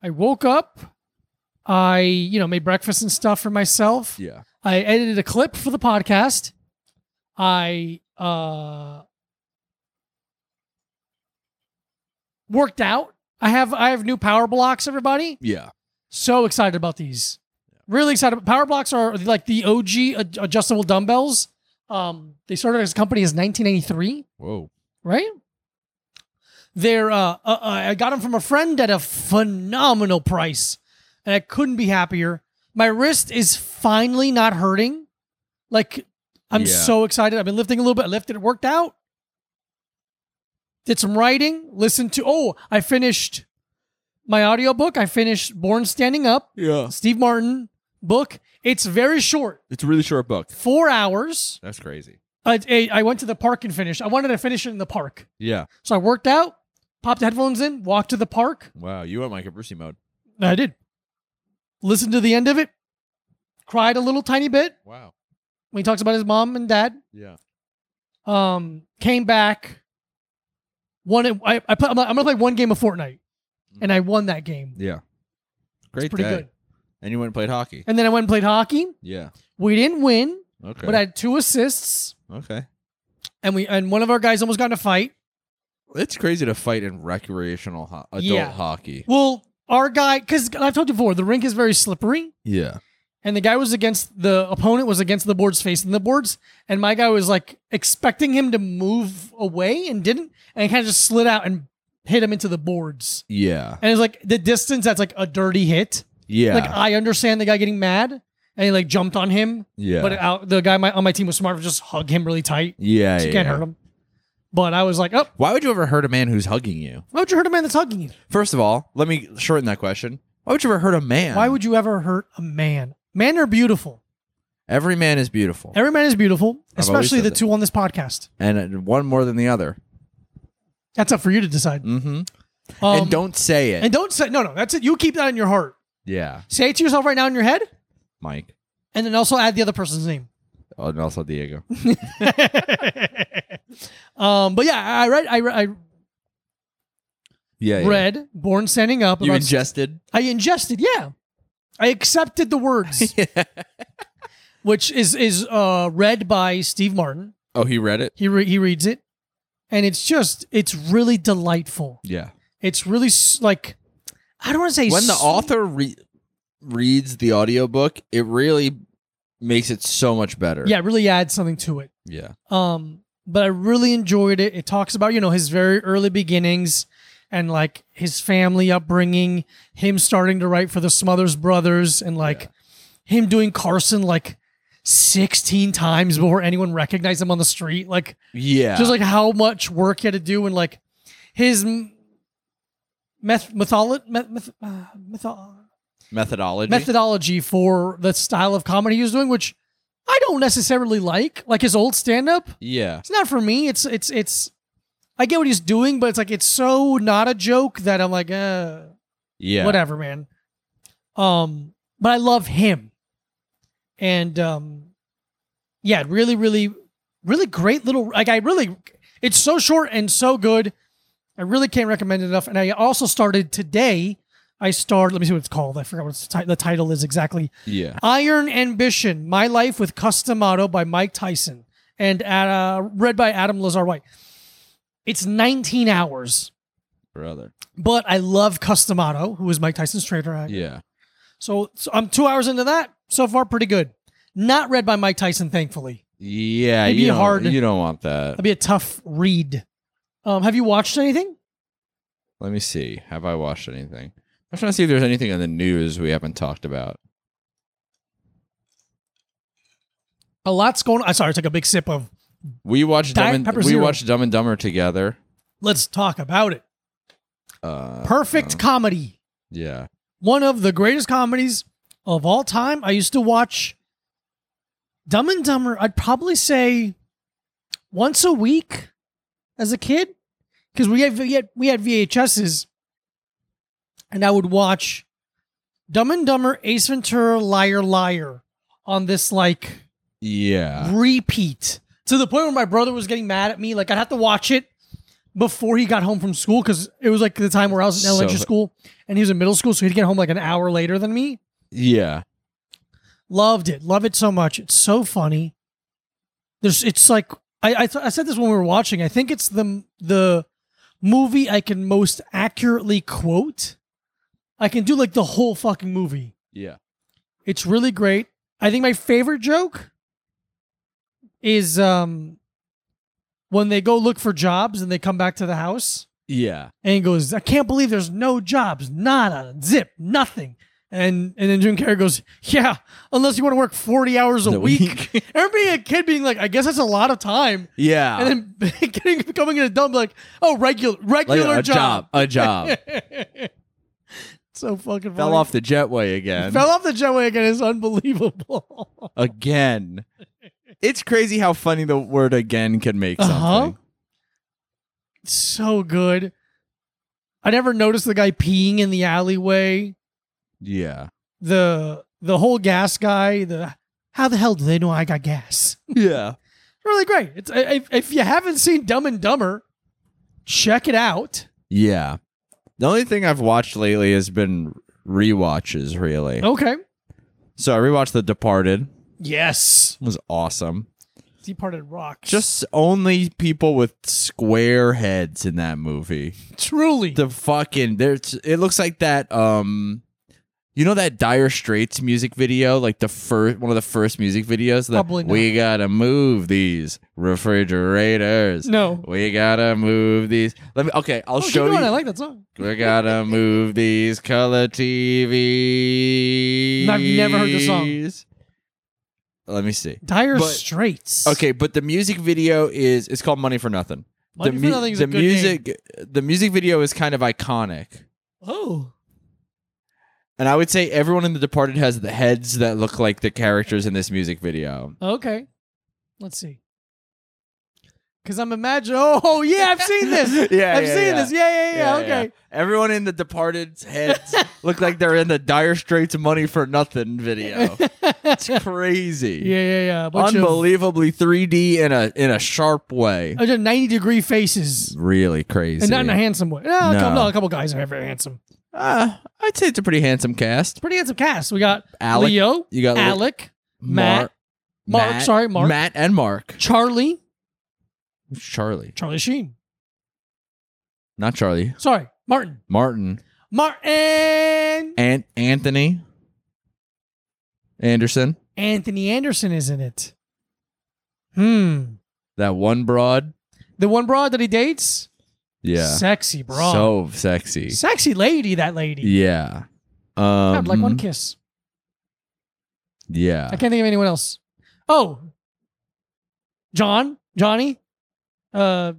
S1: I woke up. I you know made breakfast and stuff for myself.
S2: Yeah.
S1: I edited a clip for the podcast. I uh worked out. I have I have new power blocks, everybody.
S2: Yeah.
S1: So excited about these. Really excited. Power blocks are like the OG ad- adjustable dumbbells. Um, they started as a company as 1983,
S2: Whoa.
S1: right? They're uh, uh, uh, I got them from a friend at a phenomenal price, and I couldn't be happier. My wrist is finally not hurting. Like I'm
S2: Yeah.
S1: so excited. I've been lifting a little bit. I lifted, it worked out. Did some writing. Listened to. Oh, I finished my audiobook. I finished Born Standing Up.
S2: Yeah.
S1: Steve Martin book. It's very short,
S2: It's a really short book.
S1: four hours.
S2: That's crazy.
S1: I, I- I went to the park and finished. I wanted to finish it in the park,
S2: Yeah.
S1: so I worked out, popped the headphones in, walked to the park.
S2: Wow, you went like a Brucey mode.
S1: I did. Listened to the end of it, cried a little tiny bit
S2: Wow.
S1: when he talks about his mom and dad.
S2: Yeah.
S1: Um, came back. Won it. I, I put, I'm, gonna play one game of Fortnite, and I won that game.
S2: Yeah. Great
S1: It's pretty
S2: day.
S1: good.
S2: And you went and played hockey.
S1: And then I went and played hockey.
S2: Yeah.
S1: We didn't win,
S2: Okay.
S1: but I had two assists,
S2: okay.
S1: and we and one of our guys almost got in a fight.
S2: It's crazy to fight in recreational ho- adult
S1: Yeah.
S2: hockey.
S1: Well, our guy, because I've told you before, the rink is very slippery,
S2: Yeah.
S1: and the guy was against the opponent was against the boards, facing the boards, and my guy was like expecting him to move away and didn't, and kind of just slid out and hit him into the boards.
S2: Yeah.
S1: And it's like the distance that's like a dirty hit.
S2: Yeah.
S1: Like I understand the guy getting mad and he like jumped on him,
S2: yeah.
S1: uh, but out, the guy my, on my team was smart to just hug him really tight.
S2: yeah.
S1: So you
S2: yeah,
S1: can't
S2: yeah.
S1: hurt him. But I was like, oh,
S2: Why would you ever hurt a man who's hugging you?
S1: why would you hurt a man that's hugging you?
S2: First of all, let me shorten that question. Why would you ever hurt a man?
S1: Why would you ever hurt a man? Men are beautiful.
S2: every man is beautiful
S1: Every man is beautiful,
S2: I've always
S1: especially
S2: said
S1: the
S2: that.
S1: two on this podcast.
S2: and uh, one more than the other?
S1: That's up for you to decide.
S2: Mm-hmm.
S1: Um,
S2: and don't say it.
S1: and don't say no, no. That's it. You keep that in your heart.
S2: yeah,
S1: Say it to yourself right now in your head,
S2: Mike.
S1: and then also add the other person's name.
S2: Oh, and also Diego.
S1: um, but yeah, I read, I, I
S2: Yeah, yeah.
S1: read "Born Standing Up."
S2: You
S1: about-
S2: ingested.
S1: I ingested, yeah. I accepted the words, which is is uh, read by Steve Martin.
S2: Oh, he read it.
S1: He re- he reads it, and it's just it's really delightful.
S2: Yeah.
S1: It's really s- like I don't want to say
S2: When the
S1: s-
S2: author re- reads the audiobook, it really makes it so much better.
S1: yeah, it really adds something to it.
S2: Yeah.
S1: Um, but I really enjoyed it. It talks about you know his very early beginnings and like his family upbringing, him starting to write for the Smothers Brothers, and like him doing Carson like sixteen times before anyone recognized him on the street. Like
S2: Yeah.
S1: just like how much work he had to do and like his m- meth metholo- meth, meth, uh, metho-
S2: methodology.
S1: methodology for the style of comedy he was doing, which I don't necessarily like. Like his old stand up,
S2: yeah.
S1: it's not for me. It's it's it's. I get what he's doing, but it's like it's so not a joke that I'm like, uh,
S2: Yeah.
S1: whatever, man. Um, but I love him, and um, yeah, really, really, really great little. Like I really, it's so short and so good. I really can't recommend it enough. And I also started today. I started. Let me see what it's called. I forgot what it's ti- the title is exactly.
S2: Yeah.
S1: Iron Ambition: My Life with Custom Auto by Mike Tyson and uh, read by Adam Lazar White. It's 19 hours,
S2: Brother.
S1: but I love Custom Auto, who is Mike Tyson's trainer. I-
S2: Yeah.
S1: so, so I'm two hours into that. So far, pretty good. Not read by Mike Tyson, thankfully.
S2: Yeah.
S1: It'd
S2: you
S1: be
S2: don't-
S1: hard-
S2: You don't want that.
S1: That'd be a tough read. Um, have you watched anything?
S2: Let me see. Have I watched anything? I'm trying to see if there's anything in the news we haven't talked about.
S1: A lot's going. I sorry, I took a big sip of.
S2: We watched
S1: Diet
S2: Dumb and,
S1: Pepper
S2: we
S1: Zero.
S2: watched Dumb and Dumber together.
S1: Let's talk about it.
S2: Uh,
S1: Perfect
S2: uh,
S1: comedy.
S2: yeah.
S1: One of the greatest comedies of all time. I used to watch Dumb and Dumber. I'd probably say once a week as a kid because we had we had we had VHSs, and I would watch Dumb and Dumber, Ace Ventura, Liar Liar on this like
S2: Yeah.
S1: repeat to the point where my brother was getting mad at me. Like I'd have to watch it before he got home from school because it was like the time where I was in
S2: So-
S1: elementary school and he was in middle school, so he'd get home like an hour later than me.
S2: Yeah.
S1: Loved it. Love it so much. It's so funny. There's it's like I I, th- I said this when we were watching. I think it's the the movie I can most accurately quote. I can do like the whole fucking movie.
S2: Yeah.
S1: It's really great. I think my favorite joke is um when they go look for jobs and they come back to the house
S2: Yeah.
S1: and he goes, I can't believe there's no jobs, nada, zip, nothing. And and then Jim Carrey goes, Yeah, unless you want to work 40 hours a
S2: The
S1: week. Remember being a kid being like, I guess that's a lot of time.
S2: Yeah.
S1: And then getting, becoming a dumb, like, oh, regular
S2: like
S1: regular
S2: a job.
S1: job.
S2: A job.
S1: so fucking
S2: Fell
S1: funny.
S2: off the jetway again.
S1: Fell off the jetway again is unbelievable.
S2: again. It's crazy how funny the word again can make something.
S1: Uh-huh. so good. I never noticed the guy peeing in the alleyway.
S2: Yeah.
S1: The the whole gas guy. The how the hell do they know I got gas?
S2: Yeah.
S1: Really great. It's if, if you haven't seen Dumb and Dumber, check it out.
S2: Yeah. The only thing I've watched lately has been rewatches, really.
S1: Okay.
S2: So I rewatched The Departed.
S1: Yes.
S2: It was awesome.
S1: Departed rocks.
S2: Just only people with square heads in that movie.
S1: truly.
S2: The fucking there's it looks like that um you know that Dire Straits music video, like the first one of the first music videos that
S1: Probably not.
S2: we gotta move these refrigerators.
S1: no.
S2: We gotta move these. Let me. Okay, I'll
S1: Oh, keep
S2: show
S1: going.
S2: you.
S1: I like that song.
S2: we gotta move these color TVs.
S1: I've never heard the song.
S2: Let me see.
S1: Dire
S2: But-
S1: Straits.
S2: Okay, but the music video is it's called Money for Nothing.
S1: Money
S2: the
S1: for
S2: mu-
S1: Nothing's a
S2: the
S1: good name.
S2: music the music video is kind of iconic.
S1: Oh,
S2: And I would say everyone in The Departed has the heads that look like the characters in this music video.
S1: okay. Let's see. Because I'm imagining. Oh, yeah, I've seen this.
S2: yeah,
S1: I've
S2: yeah,
S1: seen
S2: yeah.
S1: this. Yeah, yeah, yeah. okay.
S2: Everyone in The Departed's heads look like they're in the Dire Straits Money for Nothing video. It's crazy.
S1: yeah, yeah, yeah. A bunch of
S2: Unbelievably 3D in a in a sharp way.
S1: I did 90 degree faces.
S2: Really crazy.
S1: And not in a handsome way. No,
S2: No.
S1: no. a couple guys are very handsome.
S2: Uh, I'd say it's a pretty handsome cast.
S1: Pretty handsome cast. We got
S2: Alec,
S1: Leo,
S2: you got Le-
S1: Alec,
S2: Mar-
S1: Matt, Mark,
S2: Matt-
S1: sorry, Mark.
S2: Matt and Mark.
S1: Charlie,
S2: Charlie,
S1: Charlie Sheen.
S2: not Charlie.
S1: Sorry, Martin.
S2: Martin
S1: Martin.
S2: and Anthony Anderson.
S1: Anthony Anderson is in it. Hmm.
S2: That one broad.
S1: The one broad that he dates?
S2: Yeah.
S1: Sexy broad.
S2: So sexy.
S1: Sexy lady, that lady.
S2: Yeah. Um,
S1: I'd like one kiss.
S2: Yeah.
S1: I can't think of anyone else. Oh. John? Johnny? Uh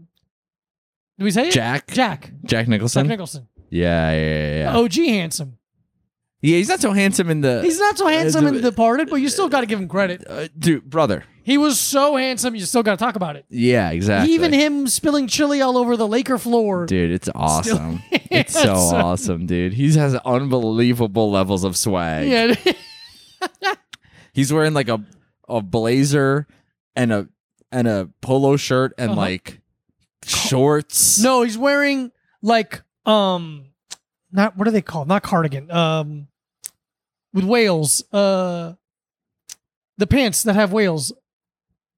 S1: do we say it?
S2: Jack.
S1: Jack.
S2: Jack
S1: Jack
S2: Nicholson.
S1: Nicholson.
S2: yeah, yeah, yeah. Yeah.
S1: OG handsome.
S2: yeah, he's not so handsome in the.
S1: He's not so handsome in
S2: uh,
S1: Departed, but you still gotta give him credit.
S2: uh, dude, brother.
S1: He was so handsome, you still gotta talk about it.
S2: Yeah, exactly.
S1: Even him spilling chili all over the Laker floor.
S2: Dude, it's awesome. it's so
S1: Yeah, so-
S2: awesome, dude. He has unbelievable levels of swag.
S1: Yeah.
S2: He's wearing like a a blazer and a and a polo shirt and
S1: Uh-huh.
S2: like shorts.
S1: No, he's wearing like um not what are they called? Not cardigan. Um with whales. Uh the pants that have whales.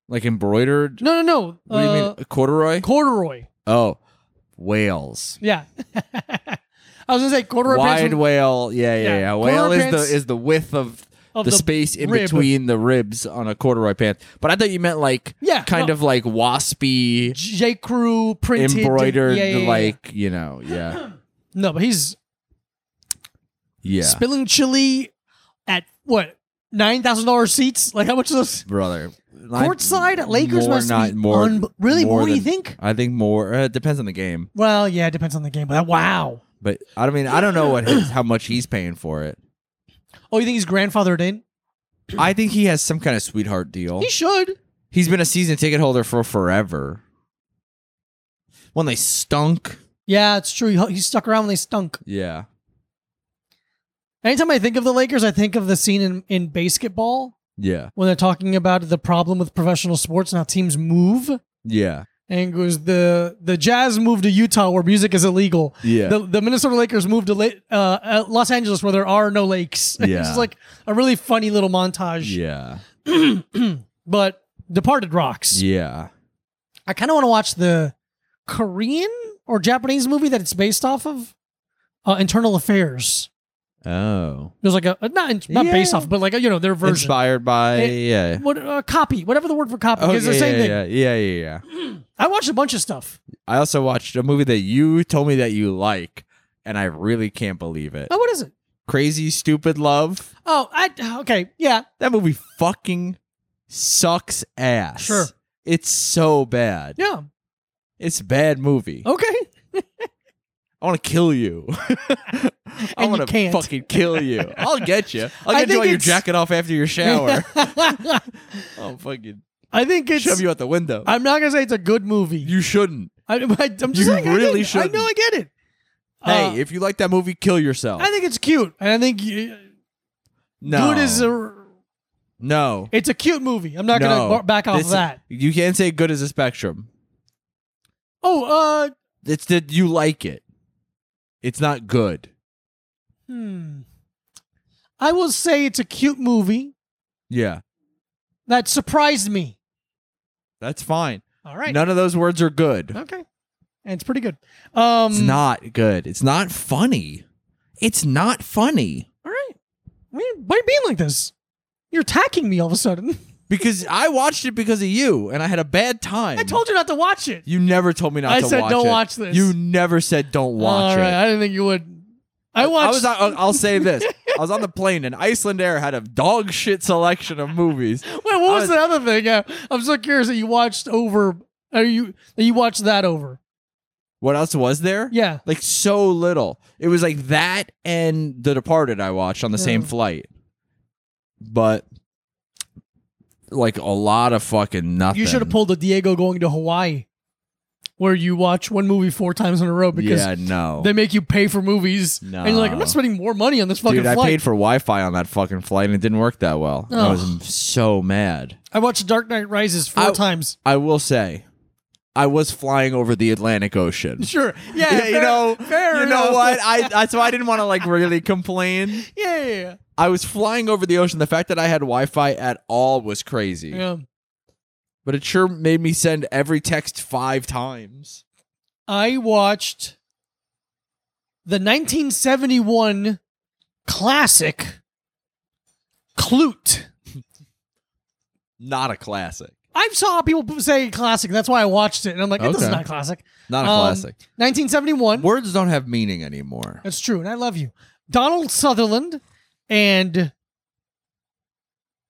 S2: Like embroidered.
S1: No, no, no.
S2: What do you
S1: Uh,
S2: mean? A corduroy?
S1: Corduroy.
S2: oh, whales.
S1: Yeah. I was gonna say corduroy
S2: Wide
S1: pants with-
S2: whale. Yeah, yeah,
S1: Yeah.
S2: yeah. Whale
S1: Corduroy
S2: is the
S1: pants
S2: is the width of,
S1: of
S2: the, space in
S1: rib.
S2: between the ribs on a corduroy pant. But I thought you meant like
S1: Yeah.
S2: kind of like waspy
S1: J. Crew printed
S2: embroidered
S1: yeah, yeah, yeah.
S2: like, you know, yeah.
S1: No, but he's
S2: Yeah.
S1: spilling chili at what? Nine thousand dollars seats? Like how much of those
S2: brother. Line-
S1: courtside at Lakers
S2: more
S1: must
S2: not-
S1: be
S2: more-
S1: unb- really
S2: more
S1: more, do you
S2: than-
S1: think?
S2: I think more uh, it depends on the game,
S1: Well, yeah, it depends on the game, but wow.
S2: but I don't mean I don't know what his, how much he's paying for it.
S1: Oh, you think he's grandfathered in?
S2: I think he has some kind of sweetheart deal.
S1: He should.
S2: He's been a season ticket holder for forever. When they stunk,
S1: Yeah, it's true. He- He stuck around when they stunk.
S2: yeah,
S1: Anytime I think of the Lakers, I think of the scene in, in basketball
S2: yeah,
S1: when they're talking about the problem with professional sports and how teams move.
S2: yeah,
S1: And it goes the the Jazz moved to Utah where music is illegal.
S2: yeah.
S1: The, the Minnesota Lakers moved to La- uh, uh, Los Angeles where there are no lakes.
S2: Yeah.
S1: it's just like a really funny little montage.
S2: yeah,
S1: But Departed rocks.
S2: yeah.
S1: I kind of want to watch the Korean or Japanese movie that it's based off of, uh, Internal Affairs.
S2: Oh,
S1: There's like a a- not in- not based
S2: Yeah.
S1: off, but like a, you know their version.
S2: inspired by
S1: It-
S2: yeah.
S1: What uh, copy? Whatever the word for copy
S2: Oh,
S1: is,
S2: yeah,
S1: the same
S2: yeah,
S1: thing.
S2: yeah, yeah, yeah, yeah.
S1: I watched a bunch of stuff.
S2: I also watched a movie that you told me that you like, and I really can't believe it.
S1: Oh, what is it?
S2: Crazy Stupid Love.
S1: Oh, I okay, yeah.
S2: That movie fucking sucks ass.
S1: Sure.
S2: It's so bad.
S1: Yeah. Oh.
S2: It's a bad movie.
S1: Okay.
S2: I want to kill you. I
S1: you
S2: want to
S1: can't.
S2: fucking kill you. I'll get you. I'll
S1: I
S2: get you
S1: think
S2: while you're
S1: it's-
S2: jacking off after your shower. I'll fucking
S1: I think it's.
S2: shove you out the window.
S1: I'm not gonna say it's a good movie.
S2: you shouldn't.
S1: I, I, am just
S2: You
S1: saying. I
S2: really
S1: get it. I
S2: shouldn't.
S1: know I get it. Uh,
S2: hey, if you like that movie, kill yourself.
S1: I think it's cute, and I think uh,
S2: no.
S1: good is a
S2: no.
S1: It's a cute movie. I'm not
S2: No.
S1: gonna bar- back off
S2: This-
S1: that.
S2: You can't say good is a spectrum.
S1: Oh, uh,
S2: It's that you like it. It's not good.
S1: hmm. I will say it's a cute movie
S2: Yeah.
S1: that surprised me.
S2: That's fine.
S1: All right.
S2: None of those words are good.
S1: Okay. And it's pretty good. Um,
S2: It's not good. It's not funny. It's not funny
S1: All right. I mean, why are you being like this? You're attacking me all of a sudden.
S2: because I watched it because of you, and I had a bad time.
S1: I told you not to watch it.
S2: you never told me not
S1: I
S2: to
S1: said
S2: watch
S1: don't
S2: it.
S1: watch this.
S2: You never said don't watch
S1: all right.
S2: it.
S1: I didn't think you would. I watched.
S2: I was. uh, on- I'll say this. I was on the plane, and Iceland Air had a dog shit selection of movies.
S1: Wait, what was,
S2: was-
S1: the other thing? Yeah, I'm so curious that you watched over Are you that you watched that over?
S2: What else was there?
S1: Yeah.
S2: Like so little. It was like that and The Departed I watched on the same
S1: Yeah.
S2: flight. But like a lot of fucking nothing.
S1: You should have pulled a Diego going to Hawaii, where you watch one movie four times in a row because
S2: Yeah, no.
S1: they make you pay for movies, and you're like, I'm
S2: No.
S1: not spending more money on this fucking
S2: Dude, I
S1: flight.
S2: paid for Wi Fi on that fucking flight and it didn't work that well. I
S1: Ugh.
S2: was so mad.
S1: I watched Dark Knight Rises four
S2: I-
S1: times.
S2: I will say, I was flying over the Atlantic Ocean.
S1: Sure. Yeah.
S2: Yeah, you
S1: fair-
S2: know,
S1: Fair
S2: you
S1: enough.
S2: know what? I that's why I didn't want to like really complain.
S1: Yeah. Yeah.
S2: I was flying over the ocean. The fact that I had Wi-Fi at all was crazy,
S1: yeah. yeah.
S2: but it sure made me send every text five times.
S1: I watched the 1971 classic Clute.
S2: Not a classic.
S1: I saw people say classic. That's why I watched it, and I'm like, this is
S2: Okay.
S1: not classic.
S2: Not a
S1: Um,
S2: classic.
S1: 1971.
S2: Words don't have meaning anymore.
S1: That's true, and I love you. Donald Sutherland and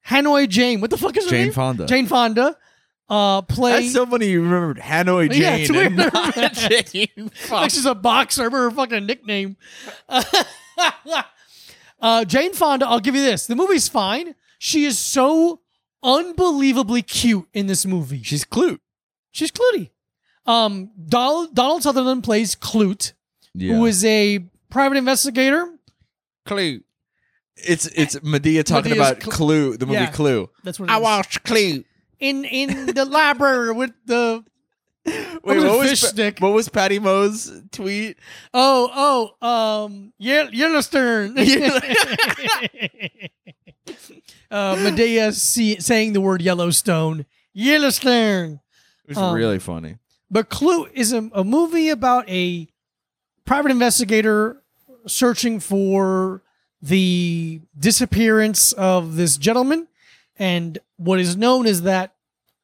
S1: Hanoi Jane. What the fuck is her
S2: Jane
S1: name?
S2: Fonda.
S1: Jane Fonda. Uh, play.
S2: That's so funny. You remembered Hanoi Jane.
S1: Yeah, it's
S2: and
S1: weird.
S2: not Jane
S1: like
S2: Fonda.
S1: she's a boxer. I remember her fucking nickname. uh, Jane Fonda. I'll give you this. The movie's fine. She is so unbelievably cute in this movie.
S2: She's Clute.
S1: she's Clutie. Um, Donald, Donald Sutherland plays Clute,
S2: Yeah.
S1: who is a private investigator.
S2: Clue. It's it's Medea talking
S1: Medea's
S2: about
S1: Cl-
S2: Clue, the movie
S1: Yeah.
S2: Clue.
S1: That's what it
S2: I
S1: is.
S2: watched Clue.
S1: in in the library with the
S2: Wait,
S1: Remember the
S2: what was,
S1: fish
S2: Pa-
S1: stick?
S2: what was Patty Moe's tweet?
S1: Oh, oh, um, Ye- Yellowstone. uh, Medea see, saying the word Yellowstone. Yellowstone.
S2: It was
S1: Um,
S2: really funny.
S1: But Clue is a, a movie about a private investigator searching for the disappearance of this gentleman. And what is known is that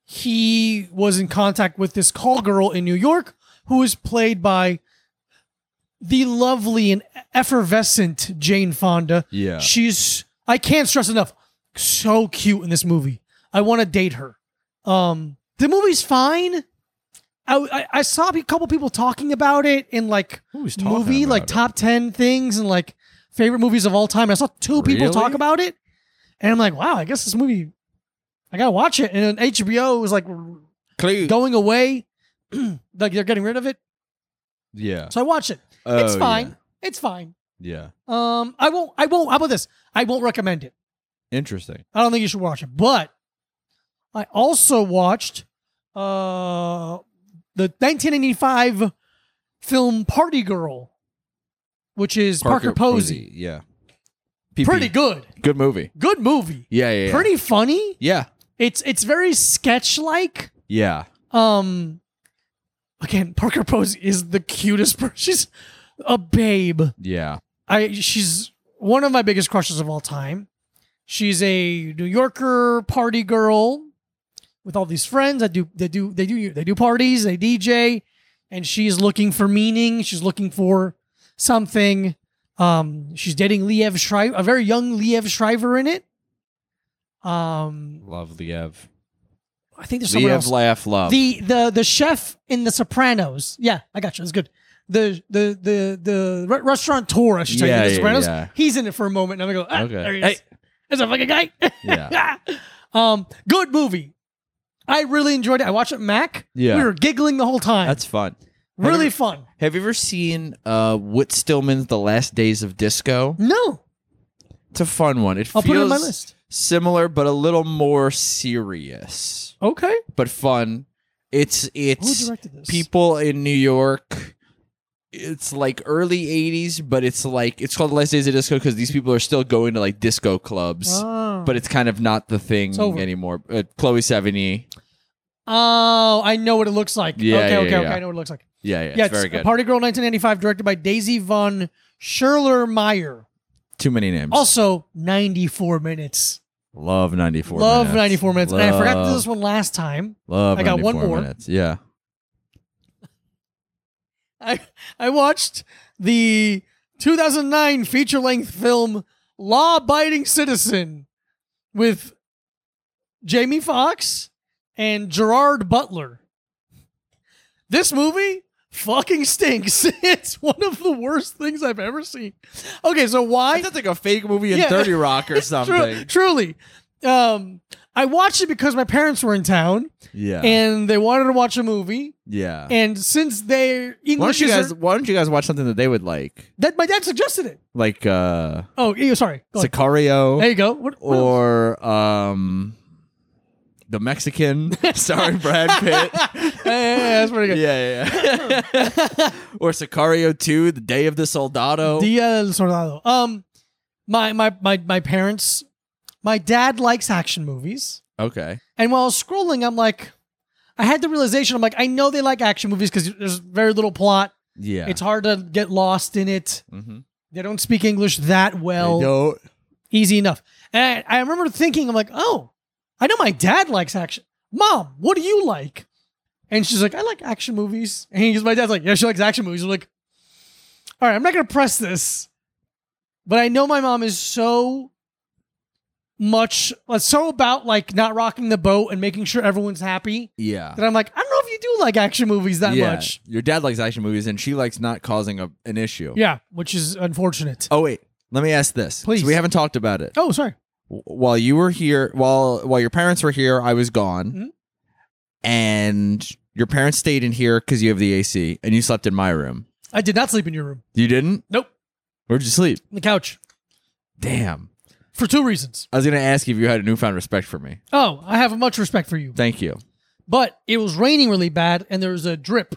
S1: he was in contact with this call girl in New York who is played by the lovely and effervescent Jane Fonda.
S2: Yeah.
S1: She's I can't stress enough, so cute in this movie. I want to date her. Um, the movie's fine. I, I I saw a couple people talking about it in like
S2: Who's
S1: movie like top ten things and like favorite movies of all time. I saw two people talk
S2: Really?
S1: about it, and I'm like, wow, I guess this movie, I gotta watch it. And then HBO was like
S2: Clue.
S1: going away, like they're getting rid of it.
S2: Yeah. Oh,
S1: So I watched it. it's fine. It's fine.
S2: Yeah.
S1: Um, I won't. I won't. How about this? I won't recommend it.
S2: Interesting.
S1: I don't think you should watch it. But I also watched uh, the 1985 film Party Girl, which is Parker, Posey.
S2: Yeah. PP.
S1: Pretty good.
S2: Good movie.
S1: Good movie.
S2: Yeah, yeah, yeah.
S1: Pretty funny.
S2: Yeah.
S1: It's it's very sketch like.
S2: Yeah.
S1: Um, again, Parker Posey is the cutest person. She's a babe.
S2: Yeah.
S1: I she's one of my biggest crushes of all time. She's a New Yorker party girl with all these friends that do they do they do they do parties, they DJ, and she's looking for meaning, she's looking for something. Um she's dating Liev Shriver, a very young Liev Shriver in it. Um
S2: Love Liev.
S1: I think there's someone
S2: Liev,
S1: else.
S2: laugh, love.
S1: The the the chef in The Sopranos. Yeah, I got you. It's good. The the the the re- restaurateur, I should tell you,
S2: Yeah,
S1: The
S2: yeah,
S1: Sopranos.
S2: yeah.
S1: He's in it for a moment, and I'm gonna go. Ah,
S2: Okay.
S1: there he
S2: Hey.
S1: is. That's a fucking guy.
S2: yeah.
S1: um, good movie. I really enjoyed it. I watched it. Mac.
S2: Yeah.
S1: We were giggling the whole time.
S2: That's fun.
S1: really fun.
S2: Have you ever seen uh, Whit Stillman's The Last Days of Disco?
S1: No,
S2: It's a fun one. It
S1: I'll put
S2: feels
S1: it on my list.
S2: similar, but a little more serious,
S1: Okay.
S2: but fun. It's
S1: Who
S2: it's
S1: directed this?
S2: people in New York. It's like early '80s, but it's like it's called The Last Days of Disco because these people are still going to like disco clubs,
S1: Oh.
S2: but it's kind of not the thing
S1: over.
S2: anymore. Uh, Chloe Sevigny,
S1: oh, I know what it looks like.
S2: Yeah,
S1: okay,
S2: yeah,
S1: okay,
S2: yeah.
S1: okay. I know what it looks like.
S2: yeah, yeah,
S1: yeah,
S2: it's very good.
S1: Party Girl, 1995, directed by Daisy von Schurler Meyer.
S2: Too many names.
S1: Also, 94 minutes.
S2: love '94.
S1: Love
S2: minutes.
S1: 94 minutes. And I forgot to do
S2: Love-
S1: this one last time.
S2: Love.
S1: I got one
S2: 94
S1: more.
S2: Minutes. Yeah.
S1: I I watched the 2009 feature length film Law Abiding Citizen with Jamie Foxx and Gerard Butler. This movie fucking stinks. it's one of the worst things I've ever seen. Okay, so why?
S2: That's like a fake movie in
S1: Yeah.
S2: Thirty Rock or something.
S1: Tru- truly. Um, I watched it because my parents were in town
S2: Yeah,
S1: and they wanted to watch a movie.
S2: yeah.
S1: And since they're
S2: why
S1: English,
S2: don't you
S1: is
S2: guys?
S1: their-
S2: Why don't you guys watch something that they would like,
S1: that my dad suggested it.
S2: like uh
S1: Oh, yeah, sorry. Go ahead.
S2: Sicario
S1: There you go. What,
S2: Oh.
S1: what else?
S2: or um the Mexican, starring Brad Pitt.
S1: Yeah, yeah, yeah, that's pretty
S2: yeah,
S1: good.
S2: yeah. yeah. or Sicario Two: The Day of the Soldado.
S1: Dia del Soldado. Um, my my my my parents. My dad likes action movies,
S2: okay.
S1: and while I was scrolling, I'm like, I had the realization. I'm like, I know they like action movies because there's very little plot.
S2: Yeah.
S1: It's hard to get lost in it.
S2: mm-hmm.
S1: They don't speak English that well. Easy enough. And I, I remember thinking, I'm like, oh, I know my dad likes action. Mom, what do you like? And she's like, I like action movies. And he's, my dad's like, yeah, she likes action movies. I'm like, all right, I'm not going to press this. But I know my mom is so much, uh, so about like not rocking the boat and making sure everyone's happy
S2: Yeah.
S1: that I'm like, I don't know if you do like action movies that
S2: yeah.
S1: much.
S2: Your dad likes action movies, and she likes not causing a, an issue.
S1: Yeah, which is unfortunate.
S2: Oh wait, let me ask this. 'cause
S1: Please.
S2: we haven't talked about it.
S1: Oh, sorry.
S2: W- While you were here, while while your parents were here, I was gone,
S1: Mhm.
S2: and your parents stayed in here because you have the AC, and you slept in my room.
S1: I did not sleep in your room.
S2: You didn't?
S1: Nope.
S2: Where'd you sleep?
S1: On the couch.
S2: Damn.
S1: For two reasons.
S2: I was gonna ask you if you had a newfound respect for me.
S1: Oh, I have much respect for you.
S2: Thank you.
S1: But it was raining really bad and there was a drip.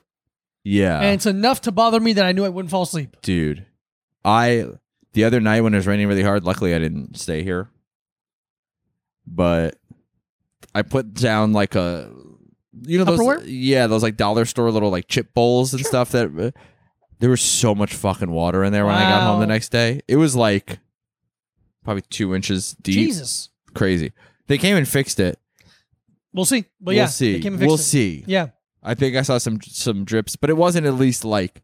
S2: Yeah,
S1: and it's enough to bother me that I knew I wouldn't fall asleep.
S2: dude. I the other night when it was raining really hard. Luckily, I didn't stay here, but I put down like a you know those
S1: Tupperware?
S2: yeah those like dollar store little like chip bowls and stuff that uh, there was so much fucking water in there when I got home the
S1: Wow.
S2: next day. It was like probably two inches deep.
S1: Jesus.
S2: Crazy. They came and fixed it.
S1: We'll see. But
S2: we'll
S1: yeah,
S2: see.
S1: They came and fixed
S2: we'll
S1: it.
S2: see.
S1: Yeah,
S2: I think I saw some some drips, but it wasn't at least like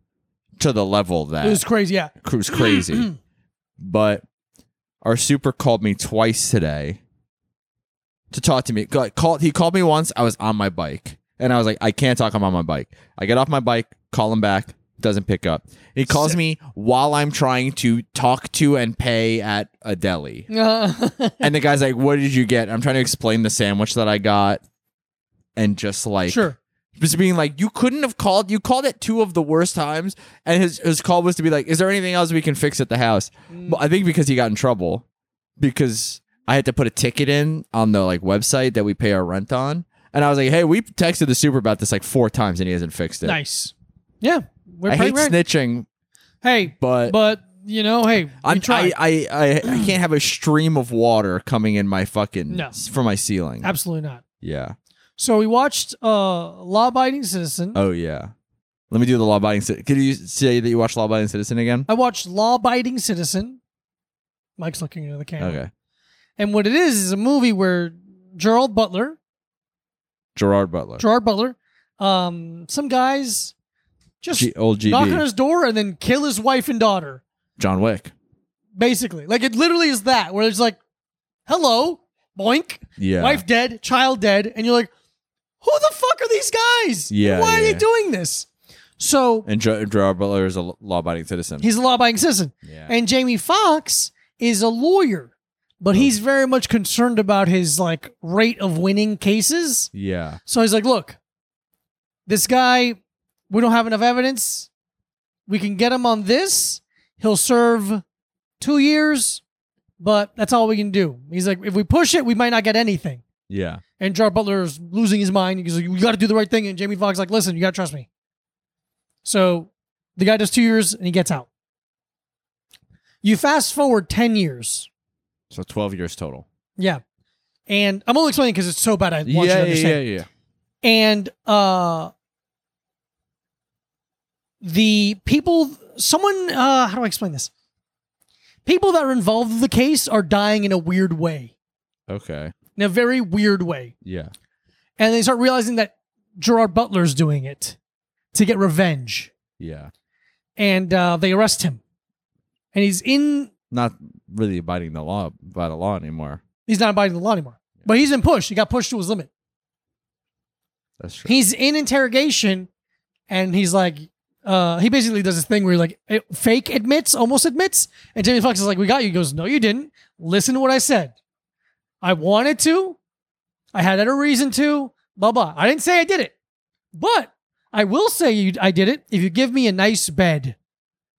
S2: to the level that
S1: it was crazy. Yeah.
S2: it was crazy. but our super called me twice today to talk to me. Got- Called he called me once. I was on my bike, and I was like, I can't talk. I'm on my bike. I get off my bike, call him back, doesn't pick up. He calls me while I'm trying to talk to and pay at a deli.
S1: Uh,
S2: And the guy's like, "What did you get?" I'm trying to explain the sandwich that I got, and just like,
S1: sure.
S2: just being like, you couldn't have called. You called at two of the worst times, and his his call was to be like, "Is there anything else we can fix at the house?"
S1: Mm.
S2: But I think because he got in trouble, because I had to put a ticket in on the like website that we pay our rent on, and I was like, "Hey, we texted the super about this like four times, and he hasn't fixed it."
S1: Nice. Yeah. We're
S2: I
S1: pretty right.
S2: hate snitching,
S1: hey,
S2: but.
S1: but you know, hey,
S2: I'm,
S1: we tried.
S2: I, I I I can't have a stream of water coming in my fucking
S1: No.
S2: from my ceiling.
S1: Absolutely not.
S2: Yeah.
S1: So we watched uh, Law Abiding Citizen.
S2: Oh yeah. Let me do the law abiding citizen. Could you say that you watched law abiding citizen again?
S1: I watched Law Abiding Citizen. Mike's looking into the camera.
S2: Okay.
S1: And what it is is a movie where Gerald Butler,
S2: Gerard Butler.
S1: Gerard Butler, um, some guys just
S2: G- old
S1: knock on
S2: GB.
S1: his door and then kill his wife and daughter.
S2: John Wick.
S1: Basically, like it literally is that where it's like, hello, boink,
S2: Yeah.
S1: wife dead, child dead, and you're like, who the fuck are these guys?
S2: Yeah,
S1: why are
S2: yeah.
S1: they doing this? So
S2: And Ger- Gerard Butler is a l- law-abiding citizen.
S1: he's a law-abiding citizen,
S2: yeah.
S1: and Jamie Foxx is a lawyer, but
S2: Oh.
S1: he's very much concerned about his like rate of winning cases.
S2: yeah.
S1: So he's like, look, this guy, we don't have enough evidence. We can get him on this. He'll serve two years, but that's all we can do. He's like, if we push it, we might not get anything.
S2: Yeah.
S1: And Gerard Butler's losing his mind. He's like, you got to do the right thing. And Jamie Foxx is like, listen, you got to trust me. So the guy does two years and he gets out. You fast forward 10 years.
S2: So 12 years total.
S1: Yeah. And I'm only explaining because it's so bad. I want you to understand
S2: yeah.
S1: and uh the people someone uh how do i explain this people that are involved in the case are dying in a weird way
S2: Okay.
S1: in a very weird way
S2: Yeah.
S1: and they start realizing that gerard butler's doing it to get revenge
S2: Yeah.
S1: and uh they arrest him and he's in
S2: Not really abiding the law by the law anymore.
S1: he's not abiding the law anymore but he's been pushed he got pushed to his limit
S2: That's true.
S1: he's in interrogation and he's like, uh, he basically does this thing where he like it- fake admits, almost admits, and Jamie Foxx is like, "We got you." He goes, "No, you didn't. Listen to what I said. I wanted to. I had a reason to. Blah blah. I didn't say I did it, but I will say you, I did it if you give me a nice bed."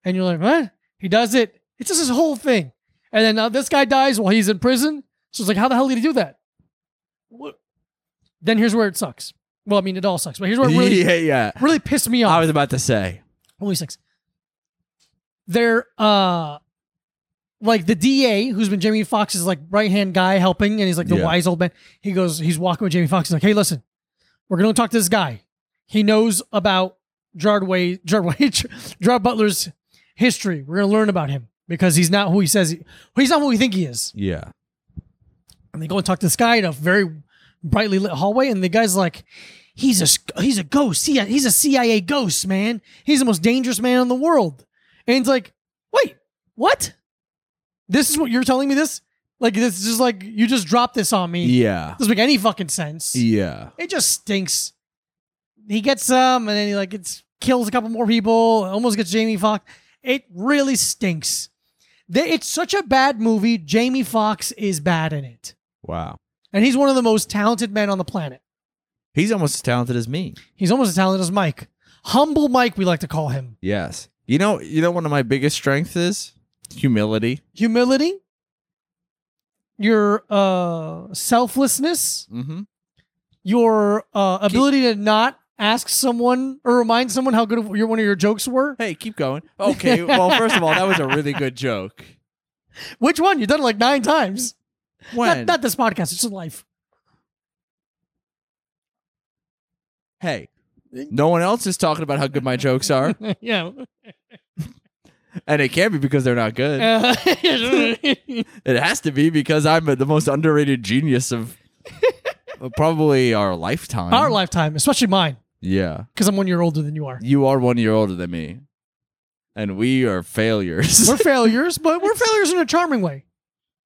S1: And you're like, "What?" He does it. It's just his whole thing. And then uh, this guy dies while he's in prison. So it's like, how the hell did he do that? What? Then here's where it sucks. Well, I mean, it all sucks, but here's where it really
S2: yeah, yeah.
S1: really pissed me off.
S2: I was about to say.
S1: Only six. They're uh like the DA, who's been Jamie Foxx's like right hand guy helping, and he's like the
S2: Yeah.
S1: wise old man. He goes, he's walking with Jamie Foxx. He's like, hey, listen, we're gonna talk to this guy. He knows about Jardway, Jardway, Gerard Butler's history. We're gonna learn about him because he's not who he says he, he's not who we think he is.
S2: Yeah.
S1: And they go and talk to this guy in a very brightly lit hallway, and the guy's like, "He's a sc- he's a ghost. He, he's a CIA ghost, man. He's the most dangerous man in the world." And it's like, "Wait, what? This is what you're telling me? This like this is just like you just dropped this on me?
S2: Yeah.
S1: Doesn't make any fucking sense.
S2: Yeah.
S1: It just stinks." He gets some, and then he like gets kills a couple more people. Almost gets Jamie Foxx. It really stinks. They- It's such a bad movie. Jamie Foxx is bad in it.
S2: Wow.
S1: And he's one of the most talented men on the planet.
S2: He's almost as talented as me.
S1: He's almost as talented as Mike. Humble Mike, we like to call him.
S2: Yes. You know, you know one of my biggest strengths is humility.
S1: Humility, your uh, selflessness,
S2: Mm-hmm.
S1: your uh, ability to not ask someone or remind someone how good of your, one of your jokes were.
S2: Hey, keep going. Okay. Well, first of all, that was a really good joke.
S1: Which one? You've done it like nine times.
S2: When?
S1: Not, not this podcast, it's just life.
S2: hey, no one else is talking about how good my jokes are,
S1: yeah.
S2: and it can't be because they're not good.
S1: Uh,
S2: It has to be because I'm the most underrated genius of uh, probably our lifetime.
S1: our lifetime, especially mine,
S2: Yeah.
S1: because I'm one year older than you are.
S2: You are one year older than me, and we are failures.
S1: We're failures, but we're failures in a charming way.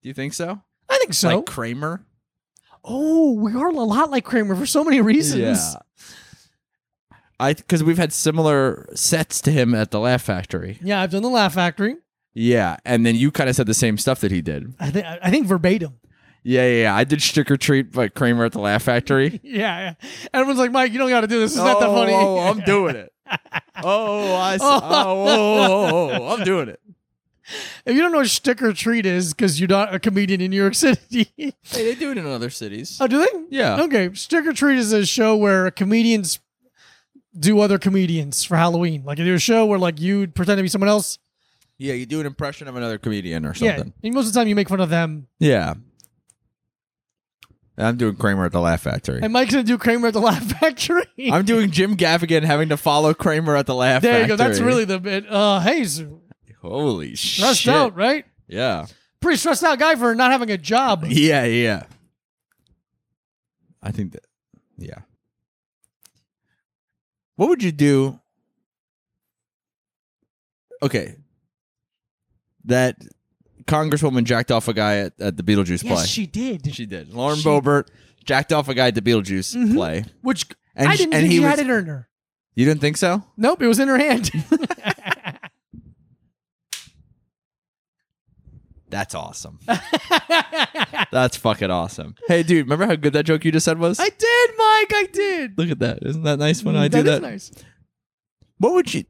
S2: Do you think so?
S1: I think so.
S2: Like Kramer?
S1: Oh, we are a lot like Kramer for so many reasons.
S2: I because we've had similar sets to him at the Laugh Factory.
S1: Yeah, I've done the Laugh Factory.
S2: Yeah, and then you kind of said the same stuff that he did.
S1: I think I think verbatim.
S2: Yeah, yeah, yeah. I did Stick or Treat by Kramer at the Laugh Factory.
S1: Yeah, yeah. Everyone's like, Mike, you don't got to do this. It's not that
S2: Oh,
S1: funny.
S2: Oh, I'm doing it. Oh, I. s- Oh, oh, oh, oh, oh, I'm doing it.
S1: if you don't know what shtick or treat is, because you're not a comedian in New York City.
S2: Hey, they do it in other cities.
S1: oh, do they?
S2: Yeah.
S1: Okay, shtick or treat is a show where comedians do other comedians for Halloween. Like, they do a show where like you pretend to be someone else.
S2: Yeah, you do an impression of another comedian or
S1: Yeah, and most of the time you make fun of them.
S2: Yeah. I'm doing Kramer at the Laugh Factory.
S1: And Mike's gonna do Kramer at the Laugh Factory.
S2: I'm doing Jim Gaffigan having to follow Kramer at the Laugh
S1: there you
S2: Factory.
S1: go. That's really the bit. Uh, hey, so
S2: holy
S1: stressed
S2: shit.
S1: out, right?
S2: Yeah,
S1: pretty stressed out guy for not having a job.
S2: yeah, yeah. I think that. Yeah. What would you do? Okay. That Congresswoman jacked off a guy at, at the Beetlejuice play.
S1: Yes, she did.
S2: She did. Lauren
S1: She-
S2: Boebert jacked off a guy at the Beetlejuice
S1: Mhm.
S2: play.
S1: Which
S2: And
S1: I
S2: sh-
S1: didn't
S2: and
S1: think
S2: he
S1: she
S2: was,
S1: had it in her.
S2: You didn't think so?
S1: Nope, it was in her hand.
S2: That's awesome. That's fucking awesome. Hey, dude, remember how good that joke you just said was?
S1: I did, Mike. I did. Mm,
S2: Look at that. Isn't that nice when I do
S1: That is
S2: that?
S1: nice.
S2: What would you?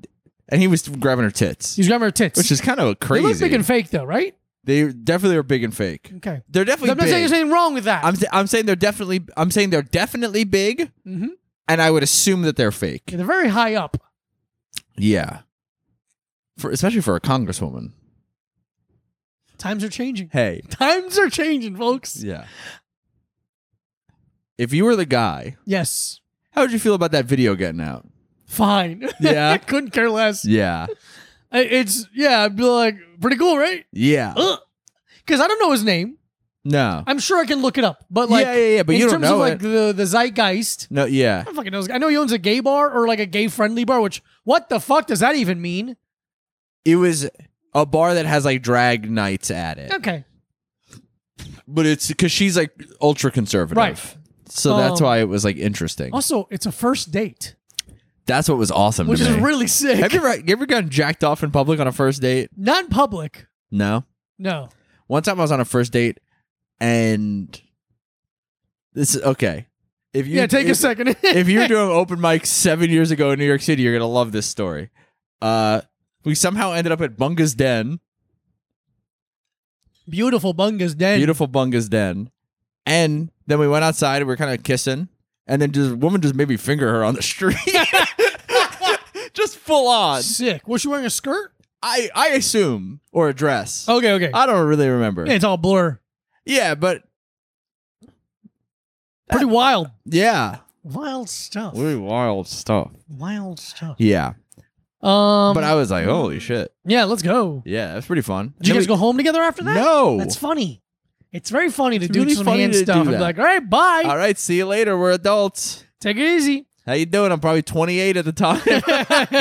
S2: And he was grabbing her tits,
S1: He's grabbing her tits.
S2: which is kind of
S1: they
S2: crazy.
S1: look big and fake, though, right?
S2: They definitely are big and fake.
S1: Okay.
S2: They're
S1: I'm
S2: definitely.
S1: not
S2: big.
S1: saying there's anything wrong with that.
S2: I'm, sa- I'm saying they're definitely. I'm saying they're definitely big,
S1: Mhm.
S2: and I would assume that they're fake.
S1: Yeah, they're very high up.
S2: Yeah. For especially for a congresswoman.
S1: Times are changing.
S2: Hey.
S1: Times are changing, folks.
S2: Yeah. If you were the guy,
S1: Yes.
S2: how would you feel about that video getting out?
S1: Fine.
S2: Yeah.
S1: Couldn't care less.
S2: Yeah.
S1: I- It's yeah. I'd be like, pretty cool, right?
S2: Yeah.
S1: Because I don't know his name.
S2: No.
S1: I'm sure I can look it up, but like,
S2: yeah, yeah, yeah, but
S1: in
S2: you don't
S1: terms
S2: know
S1: of
S2: it.
S1: like the the zeitgeist,
S2: no, yeah.
S1: I don't fucking know. this guy. I know he owns a gay bar or like a gay friendly bar, which what the fuck does that even mean?
S2: It was a bar that has like drag nights at it.
S1: Okay.
S2: But it's because she's like ultra conservative.
S1: Right.
S2: So that's
S1: Um,
S2: why it was like interesting.
S1: Also, it's a first date.
S2: That's what was awesome
S1: which
S2: to
S1: is
S2: me.
S1: really sick.
S2: have you ever, you ever gotten jacked off in public on a first date?
S1: Not in public.
S2: No.
S1: No.
S2: One time I was on a first date and this is okay. If you
S1: yeah, take a
S2: if-
S1: second.
S2: if you were doing open mic seven years ago in New York City, you're gonna love this story. Uh, we somehow ended up at Bunga's Den,
S1: beautiful bungas den.
S2: beautiful Bunga's Den, and then we went outside and we were kind of kissing, and then this woman just made me finger her on the street, just full on.
S1: Sick. Was she wearing a skirt?
S2: I I assume or a dress.
S1: Okay, okay.
S2: I don't really remember.
S1: Yeah, it's all blur.
S2: Yeah, but
S1: Pretty wild.
S2: yeah,
S1: Wild stuff.
S2: wild stuff.
S1: Wild stuff.
S2: Yeah,
S1: Um,
S2: but I was like, holy shit.
S1: yeah, let's go.
S2: Yeah, that's pretty fun.
S1: Did you
S2: And
S1: guys
S2: then
S1: go home together after
S2: we-
S1: that?
S2: No,
S1: That's funny. It's very funny to
S2: It's
S1: do
S2: really
S1: some
S2: funny
S1: hand
S2: to do
S1: stuff and be
S2: that.
S1: like, all right, bye.
S2: All right, see you later. We're adults.
S1: Take it easy.
S2: How you doing? I'm probably 28 at the time.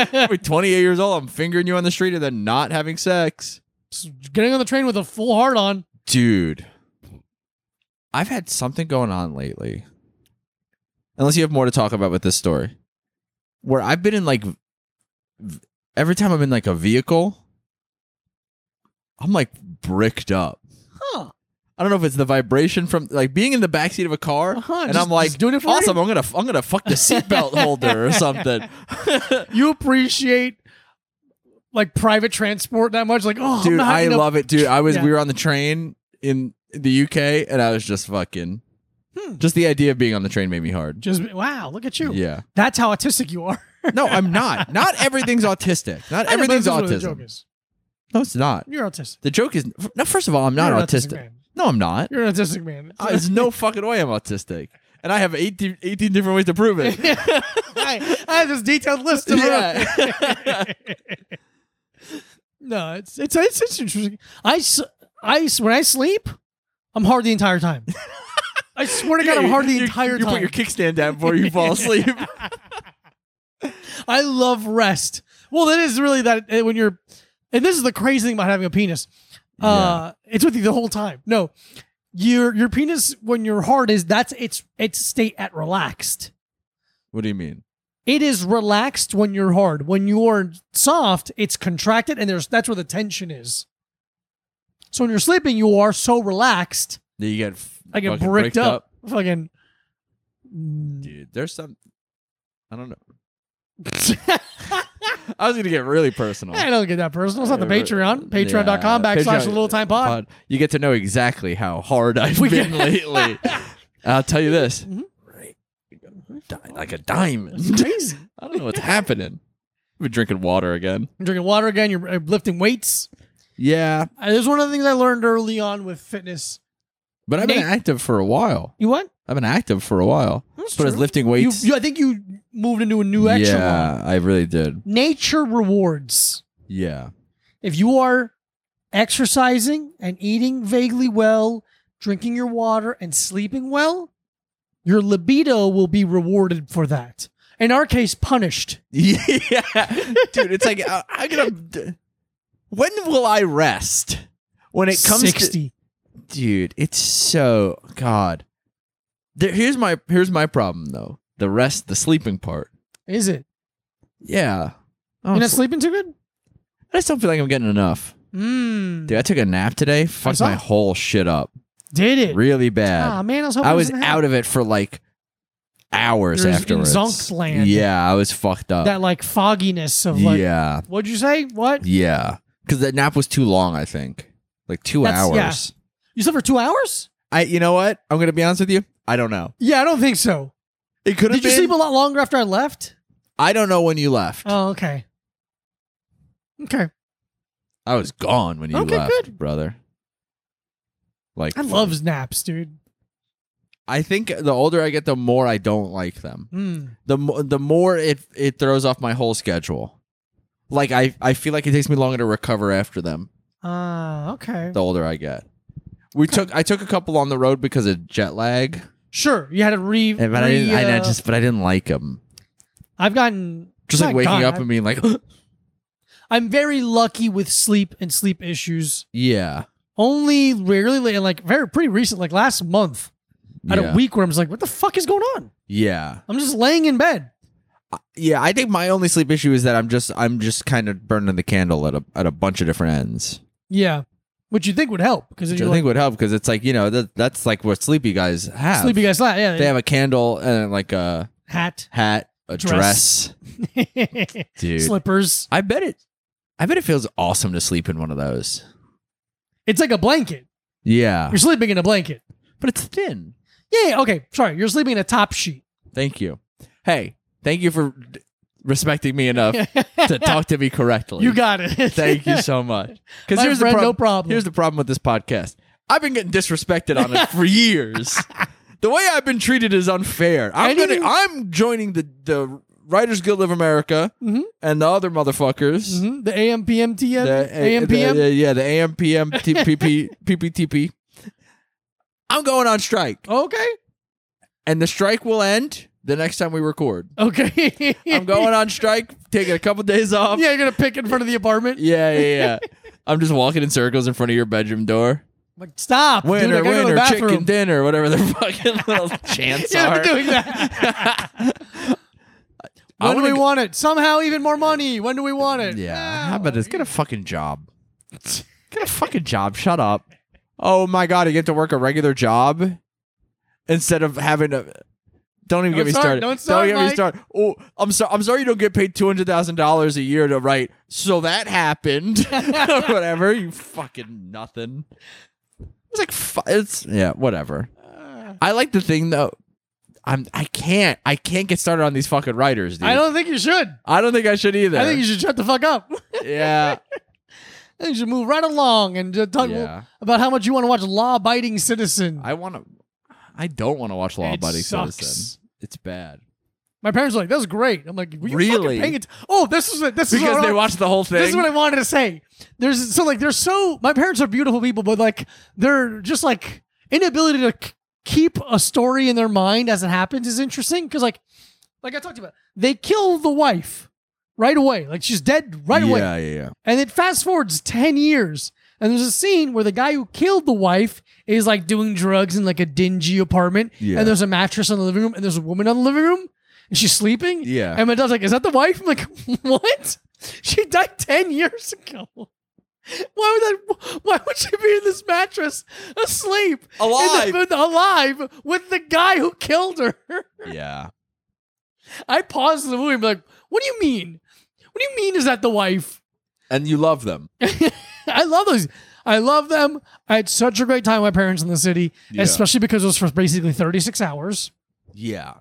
S2: probably 28 years old. I'm fingering you on the street and then not having sex.
S1: Getting on the train with a full heart on.
S2: Dude, I've had something going on lately. Unless you have more to talk about with this story. Where I've been in like v- every time I'm in like a vehicle, I'm like bricked up.
S1: Huh.
S2: I don't know if it's the vibration from like being in the backseat of a car
S1: Uh-huh,
S2: and
S1: just-
S2: I'm like
S1: just doing it for
S2: awesome. I'm gonna I'm gonna fuck the seatbelt holder or something.
S1: You appreciate like private transport that much? Like, oh, I'm
S2: dude,
S1: not
S2: I
S1: having to-
S2: love it, dude. I was
S1: Yeah.
S2: we were on the train in the UK and I was just fucking.
S1: Hmm.
S2: Just the idea of being on the train made me hard.
S1: Just wow, look at you.
S2: Yeah.
S1: That's how autistic you are.
S2: No, I'm not. Not everything's autistic. Not
S1: I know, but
S2: everything's
S1: this is what the
S2: autism.
S1: joke is.
S2: No, it's not.
S1: You're autistic.
S2: The joke is no. First of all, I'm not
S1: You're an
S2: autistic.
S1: man.
S2: No, I'm not.
S1: You're an autistic man.
S2: I- There's no fucking way I'm autistic, and I have 18, 18 different ways to prove it.
S1: I, I have this detailed list of uh,
S2: Yeah.
S1: no, it's, it's it's it's interesting. I s- I s- when I sleep, I'm hard the entire time. I swear to God, I'm hard the
S2: You-
S1: entire
S2: You put
S1: time.
S2: your kickstand down before you fall asleep.
S1: I love rest. Well, that is really that uh, when you're, and this is the crazy thing about having a penis. Uh, it's with you the whole time. No, your your penis when you're hard is that's its its state at relaxed.
S2: what do you mean?
S1: it is relaxed when you're hard. When you're soft, it's contracted, and there's that's where the tension is. So when you're sleeping, you are so relaxed.
S2: That you get f-
S1: I get
S2: fucking
S1: bricked up. Fucking.
S2: dude. There's some. I don't know. I was gonna get really personal.
S1: I don't get that personal. It's not the
S2: Yeah,
S1: Patreon.
S2: yeah,
S1: Patreon.com backslash
S2: Patreon-
S1: the little time pod.
S2: pod. You get to know exactly how hard I've
S1: We
S2: been
S1: get-
S2: lately. I'll tell you this.
S1: Mhm.
S2: Right. Di- Like a diamond.
S1: Crazy.
S2: I don't know what's happening. I've been drinking water again.
S1: You're drinking water again. You're uh, lifting weights.
S2: Yeah,
S1: Uh, There's one of the things I learned early on with fitness.
S2: but I've been
S1: Nate-
S2: active for a while.
S1: You what?
S2: I've been active for a while.
S1: That's
S2: but I was
S1: true.
S2: lifting
S1: You,
S2: weights.
S1: you, I think you moved into a new extra
S2: yeah, I really did.
S1: Nature rewards.
S2: Yeah.
S1: if you are exercising and eating vaguely well, drinking your water and sleeping well, your libido will be rewarded for that. In our case, punished.
S2: Yeah, dude, it's like uh, I, I'm gonna. d- When will I rest? When it comes to
S1: sixty.
S2: dude, it's so God. There, here's my here's my problem though. The rest, the sleeping part.
S1: Is it?
S2: Yeah, I
S1: You're
S2: don't
S1: not
S2: sl-
S1: sleeping too good?
S2: I just don't feel like I'm getting enough.
S1: Mm.
S2: Dude, I took a nap today. Fucked
S1: saw.
S2: my whole shit up
S1: Did it?
S2: really bad.
S1: Ah, man, I was hoping
S2: I was out of it for like hours
S1: You're in
S2: afterwards.
S1: zonked land.
S2: Yeah, I was fucked up.
S1: that like fogginess of like.
S2: yeah,
S1: What'd you say? What?
S2: yeah, because that nap was too long. I think like two
S1: That's-
S2: hours.
S1: yeah. You slept for two hours?
S2: I you know what? I'm gonna be honest with you. I don't know.
S1: Yeah, I don't think so.
S2: It could have
S1: Did you
S2: been.
S1: sleep a lot longer after I left?
S2: I don't know when you left.
S1: Oh, okay. Okay.
S2: I was gone when you
S1: Okay,
S2: left,
S1: good.
S2: brother. Like
S1: I love naps, dude.
S2: I think the older I get, the more I don't like them.
S1: Mm.
S2: The mo- the more it it throws off my whole schedule. Like I I feel like it takes me longer to recover after them.
S1: Ah, okay.
S2: The older I get, we took I took a couple on the road because of jet lag,
S1: Sure, you had to re.
S2: and, Eh, but I
S1: re-
S2: didn't. I, I
S1: uh,
S2: just but I didn't like them.
S1: I've gotten
S2: Just like
S1: not
S2: waking
S1: gotten,
S2: up
S1: I've-
S2: and being like,
S1: I'm very lucky with sleep and sleep issues.
S2: yeah,
S1: Only rarely, li- and like very pretty recent, like last month, I had
S2: yeah,
S1: a week where I was like, "What the fuck is going on?"
S2: yeah.
S1: I'm just laying in bed.
S2: yeah, I think my only sleep issue is that I'm just I'm just kind of burning the candle at a at a bunch of different ends,
S1: Yeah, which you think would help because
S2: which
S1: you're
S2: I
S1: like,
S2: think would help because it's like you know that that's like what sleepy guys have.
S1: sleepy guys laugh. Yeah,
S2: They have a candle and like a
S1: hat,
S2: hat, a
S1: Dress.
S2: dress, dude.
S1: slippers.
S2: I bet it. I bet it feels awesome to sleep in one of those.
S1: It's like a blanket.
S2: Yeah,
S1: You're sleeping in a blanket.
S2: but it's thin.
S1: Yeah. yeah, Okay. Sorry. You're sleeping in a top sheet.
S2: Thank you. Hey, thank you for d- respecting me enough to talk to me correctly.
S1: you got it.
S2: Uh, Thank you so much. Because
S1: My
S2: here's
S1: friend,
S2: the
S1: no
S2: problem.
S1: problem.
S2: Here's the problem with this podcast. I've been getting disrespected on it for years. the way I've been treated is unfair. I'm
S1: Any-
S2: gonna. I'm joining the the Writers Guild of America
S1: Mhm.
S2: and the other motherfuckers.
S1: Mhm. The AM PM TM
S2: The,
S1: AM
S2: the-
S1: PM.
S2: yeah, yeah, the AM PM T- PP PPTP. I'm going on strike,
S1: Okay.
S2: and the strike will end the next time we record.
S1: Okay.
S2: I'm going on strike, taking a couple days off.
S1: Yeah, you're gonna pick in front of the apartment.
S2: yeah, yeah. yeah. I'm just walking in circles in front of your bedroom door.
S1: Like, stop. dude, I
S2: Winner,
S1: gotta go to the
S2: winner,
S1: bathroom.
S2: chicken dinner, whatever their fucking little chants
S1: Yeah,
S2: are.
S1: they're doing that.
S2: I
S1: when do
S2: wanna
S1: we
S2: go-
S1: want it? Somehow even more money. When do we want it? Ah,
S2: Yeah.
S1: Now.
S2: How about this? Get a fucking job. Get a fucking job. Shut up. Oh my god, you get to work a regular job instead of having a. Don't
S1: Don't
S2: even get me
S1: start-
S2: started.
S1: don't start,
S2: get
S1: Mike.
S2: me started. Oh, I'm sorry. I'm sorry you don't get paid two hundred thousand dollars a year to write. So that happened. whatever. You fucking nothing. It's like fu- it's yeah. Whatever.
S1: Uh,
S2: I like the thing though. I'm. I can't. I can't get started on these fucking writers, dude.
S1: I don't think you should.
S2: I don't think I should either.
S1: I think you should shut the fuck up. I
S2: yeah.
S1: think you should move right along and just talk
S2: yeah.
S1: about how much you want to watch Law Abiding Citizen.
S2: I want to. I don't want to watch Law
S1: It
S2: Abiding
S1: sucks.
S2: Citizen. It's bad
S1: My parents were like, "That was great." I'm like, "Were you fucking
S2: Really?
S1: paying it? Oh, this is what, this is what
S2: because
S1: I-
S2: they watched the whole thing.
S1: This is what I wanted to say. There's so like they're so my parents are beautiful people, but like they're just like inability to k- keep a story in their mind as it happens is interesting because like like I talked about, they kill the wife right away, like she's dead right away,
S2: Yeah, yeah, yeah.
S1: and it fast forwards ten years, and there's a scene where the guy who killed the wife is like doing drugs in like a dingy apartment,
S2: Yeah.
S1: and there's a mattress in the living room, and there's a woman in the living room, and she's sleeping,
S2: Yeah.
S1: and my dad's like, "Is that the wife?" I'm like, "What? She died ten years ago. Why would that? Why would she be in this mattress asleep, in the-
S2: Alive.
S1: with- alive with the guy who killed her?"
S2: yeah.
S1: I paused the movie and be like, "What do you mean? What do you mean? Is that the wife?"
S2: And you love them.
S1: I love those. I love them. I had such a great time with my parents in the city,
S2: Yeah.
S1: especially because it was for basically 36 hours.
S2: Yeah.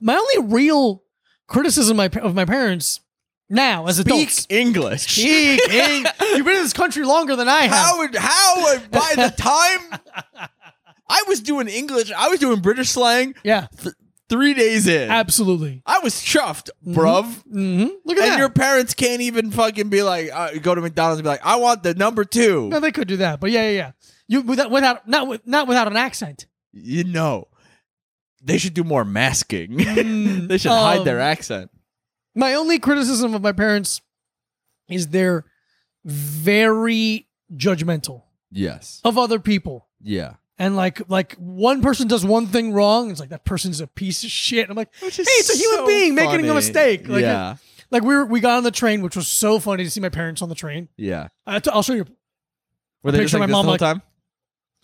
S1: My only real criticism of my, of my parents now as adults.
S2: English.
S1: Speak English. You've been in this country longer than I have.
S2: How would how would- by the time I was doing English, I was doing British slang
S1: yeah,
S2: three days in.
S1: absolutely.
S2: I was chuffed, bruv.
S1: hmm Look at
S2: And
S1: that.
S2: your parents can't even fucking be like, uh, go to McDonald's and be like, I want the number two.
S1: no, they could do that, but yeah, yeah, yeah. You without, without not with, not without an accent.
S2: You know, they should do more masking.
S1: Mm,
S2: they should hide their
S1: um,
S2: accent.
S1: My only criticism of my parents is they're very judgmental
S2: Yes.
S1: of other people.
S2: Yeah.
S1: And like like one person does one thing wrong, it's like that person's a piece of shit. I'm like,
S2: Which
S1: hey, it's a human being making a mistake. Like, uh,
S2: yeah.
S1: like we were, we got on the train, which was so funny to see my parents on the train.
S2: yeah.
S1: I t- I'll show you
S2: Were
S1: they just picture like my this the mom whole like-
S2: time?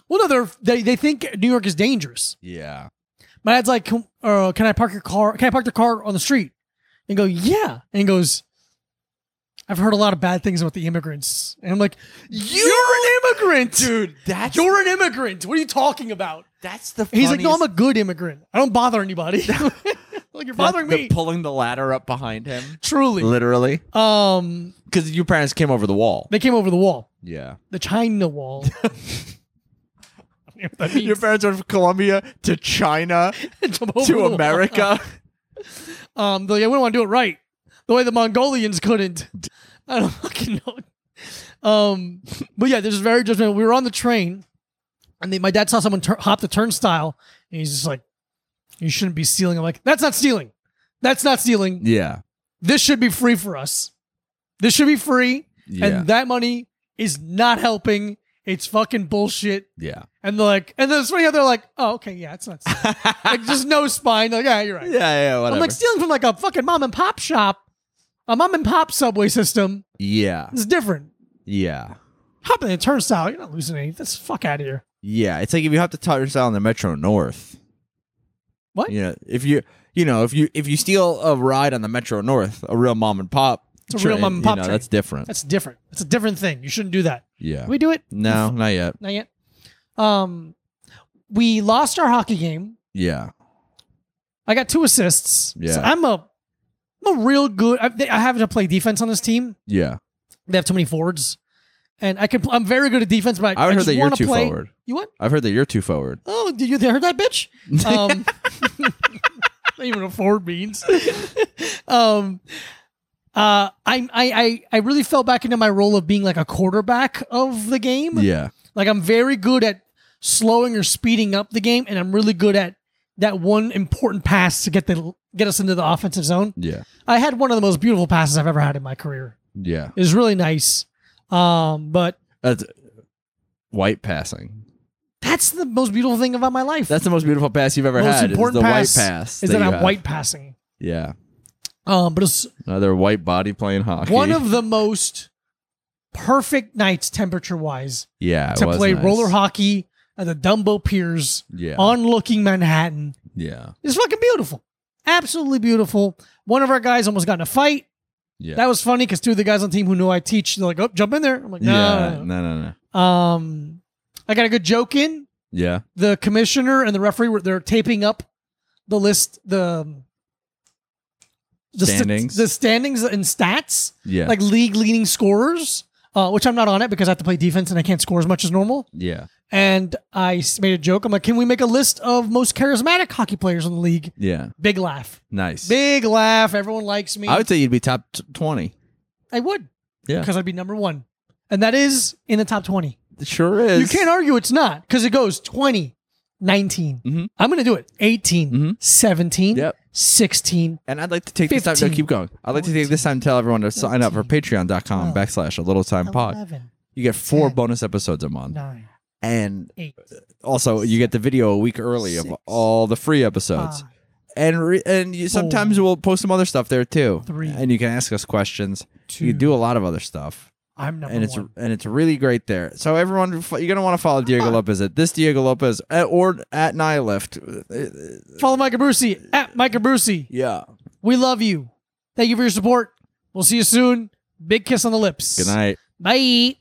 S1: Well, no, they're, they they think New York is dangerous.
S2: Yeah.
S1: My dad's like, can, uh, "Can I park your car? Can I park the car on the street?" And go, "Yeah." And he goes, "I've heard a lot of bad things about the immigrants." And I'm like, "You're an immigrant,
S2: Dude, that's
S1: You're an immigrant. What are you talking about?"
S2: that's the
S1: And he's like, "No, I'm a good immigrant. I don't bother anybody." like you're bothering me.
S2: pulling the ladder up behind him.
S1: Truly.
S2: Literally.
S1: Um,
S2: Because your parents came over the wall.
S1: they came over the wall,
S2: Yeah.
S1: the China wall. I don't know what that
S2: Your
S1: means.
S2: parents went from Colombia to China
S1: Jump over the
S2: to
S1: wall.
S2: America.
S1: Um, they're like, we don't want to do it right. The way the Mongolians couldn't. I don't fucking know. Um, but yeah, this is very judgmental. We were on the train, and they, my dad saw someone tur- hop the turnstile, and he's just like, "You shouldn't be stealing." I'm like, "That's not stealing. That's not stealing.
S2: yeah.
S1: This should be free for us. This should be free,
S2: Yeah.
S1: and that money is not helping. It's fucking bullshit.
S2: Yeah.
S1: And they're like, and then it's funny how they're like, oh, okay, yeah, it's not. like, just no spine. Like, yeah, you're right.
S2: yeah, yeah, whatever.
S1: I'm like stealing from like a fucking mom and pop shop, a mom and pop subway system.
S2: yeah,
S1: It's different.
S2: yeah,
S1: Hop in the turnstile. You're not losing anything. That's fuck out of here.
S2: yeah. It's like if you have to turnstile on the Metro North.
S1: What?
S2: You know, if you you know if you if you steal a ride on the Metro North, a real mom and pop.
S1: It's a real
S2: train,
S1: mom and pop
S2: You know,
S1: train.
S2: that's different.
S1: That's different. That's a different thing. You shouldn't do that.
S2: yeah.
S1: We do it?
S2: no, not yet.
S1: Not yet. Um, we lost our hockey game.
S2: Yeah.
S1: I got two assists. So
S2: Yeah.
S1: I'm a, I'm a real good. I, I have to play defense on this team.
S2: Yeah.
S1: They have too many forwards, and I can. pl- I'm very good at defense, but I,
S2: I
S1: I
S2: heard
S1: just
S2: that you're
S1: want
S2: too
S1: to play.
S2: forward.
S1: You what?
S2: I've heard that you're too forward.
S1: Oh, did you heard that, bitch? Um, not even a forward means. um, uh, I, I, I, I really fell back into my role of being like a quarterback of the game.
S2: Yeah.
S1: Like I'm very good at slowing or speeding up the game, and I'm really good at that one important pass to get the get us into the offensive zone.
S2: Yeah.
S1: I had one of the most beautiful passes I've ever had in my career.
S2: Yeah.
S1: It was really nice. Um, but
S2: That's white passing.
S1: that's the most beautiful thing about my life.
S2: That's the most beautiful pass you've ever
S1: Most
S2: had.
S1: important
S2: is the
S1: pass
S2: white pass.
S1: is that,
S2: you
S1: I'm
S2: have.
S1: white passing.
S2: Yeah.
S1: Um, but it's
S2: Another white body playing hockey.
S1: one of the most perfect nights temperature wise
S2: yeah it
S1: to
S2: was
S1: play
S2: nice.
S1: roller hockey at the Dumbo Piers
S2: Yeah.
S1: on looking Manhattan.
S2: yeah.
S1: It's fucking beautiful. Absolutely beautiful. One of our guys almost got in a fight.
S2: Yeah.
S1: That was funny because two of the guys on the team who know I teach, they're like, oh, jump in there. I'm like, no.
S2: yeah.
S1: no, no,
S2: No. No. No.
S1: no." Um, I got a good joke in.
S2: Yeah.
S1: The commissioner and the referee were they're taping up the list, the the st-
S2: Standings.
S1: the standings and stats,
S2: Yeah.
S1: like league leading scorers, uh, which I'm not on it because I have to play defense and I can't score as much as normal.
S2: yeah.
S1: And I s- made a joke. I'm like, can we make a list of most charismatic hockey players in the league?
S2: Yeah.
S1: Big laugh.
S2: Nice.
S1: Big laugh. Everyone likes me.
S2: I would say you'd be top t- twenty.
S1: I would.
S2: Yeah.
S1: Because I'd be number one. And that is in the top 20.
S2: It sure is.
S1: You can't argue it's not because it goes 20, 19.
S2: Mhm.
S1: I'm going to do it. 18,
S2: Mhm.
S1: 17,
S2: Yep.
S1: 16.
S2: And I'd like to take this time to
S1: 15,
S2: keep going. I'd like to take this time to tell everyone to sign up for
S1: 14,
S2: patreon.com
S1: 12,
S2: backslash a little time pod.
S1: 11,
S2: You get four
S1: 10,
S2: bonus episodes a month.
S1: 9,
S2: And
S1: 8,
S2: also you get the video a week early of
S1: Six.
S2: all the free
S1: 5,
S2: episodes. and re- and you, sometimes
S1: Four.
S2: we'll post some other stuff there too.
S1: Three.
S2: and you can ask us questions.
S1: 2.
S2: You can do a lot of other stuff,
S1: I'm number
S2: and it's
S1: one.
S2: and it's really great there. So everyone, fo- you're gonna want to follow Diego
S1: on.
S2: Lopez at this Diego Lopez at, or at Uh, Nihilift.
S1: Follow Micah Brucey at Micah Brucey.
S2: Yeah.
S1: We love you. Thank you for your support. We'll see you soon. Big kiss on the lips.
S2: Good night.
S1: Bye.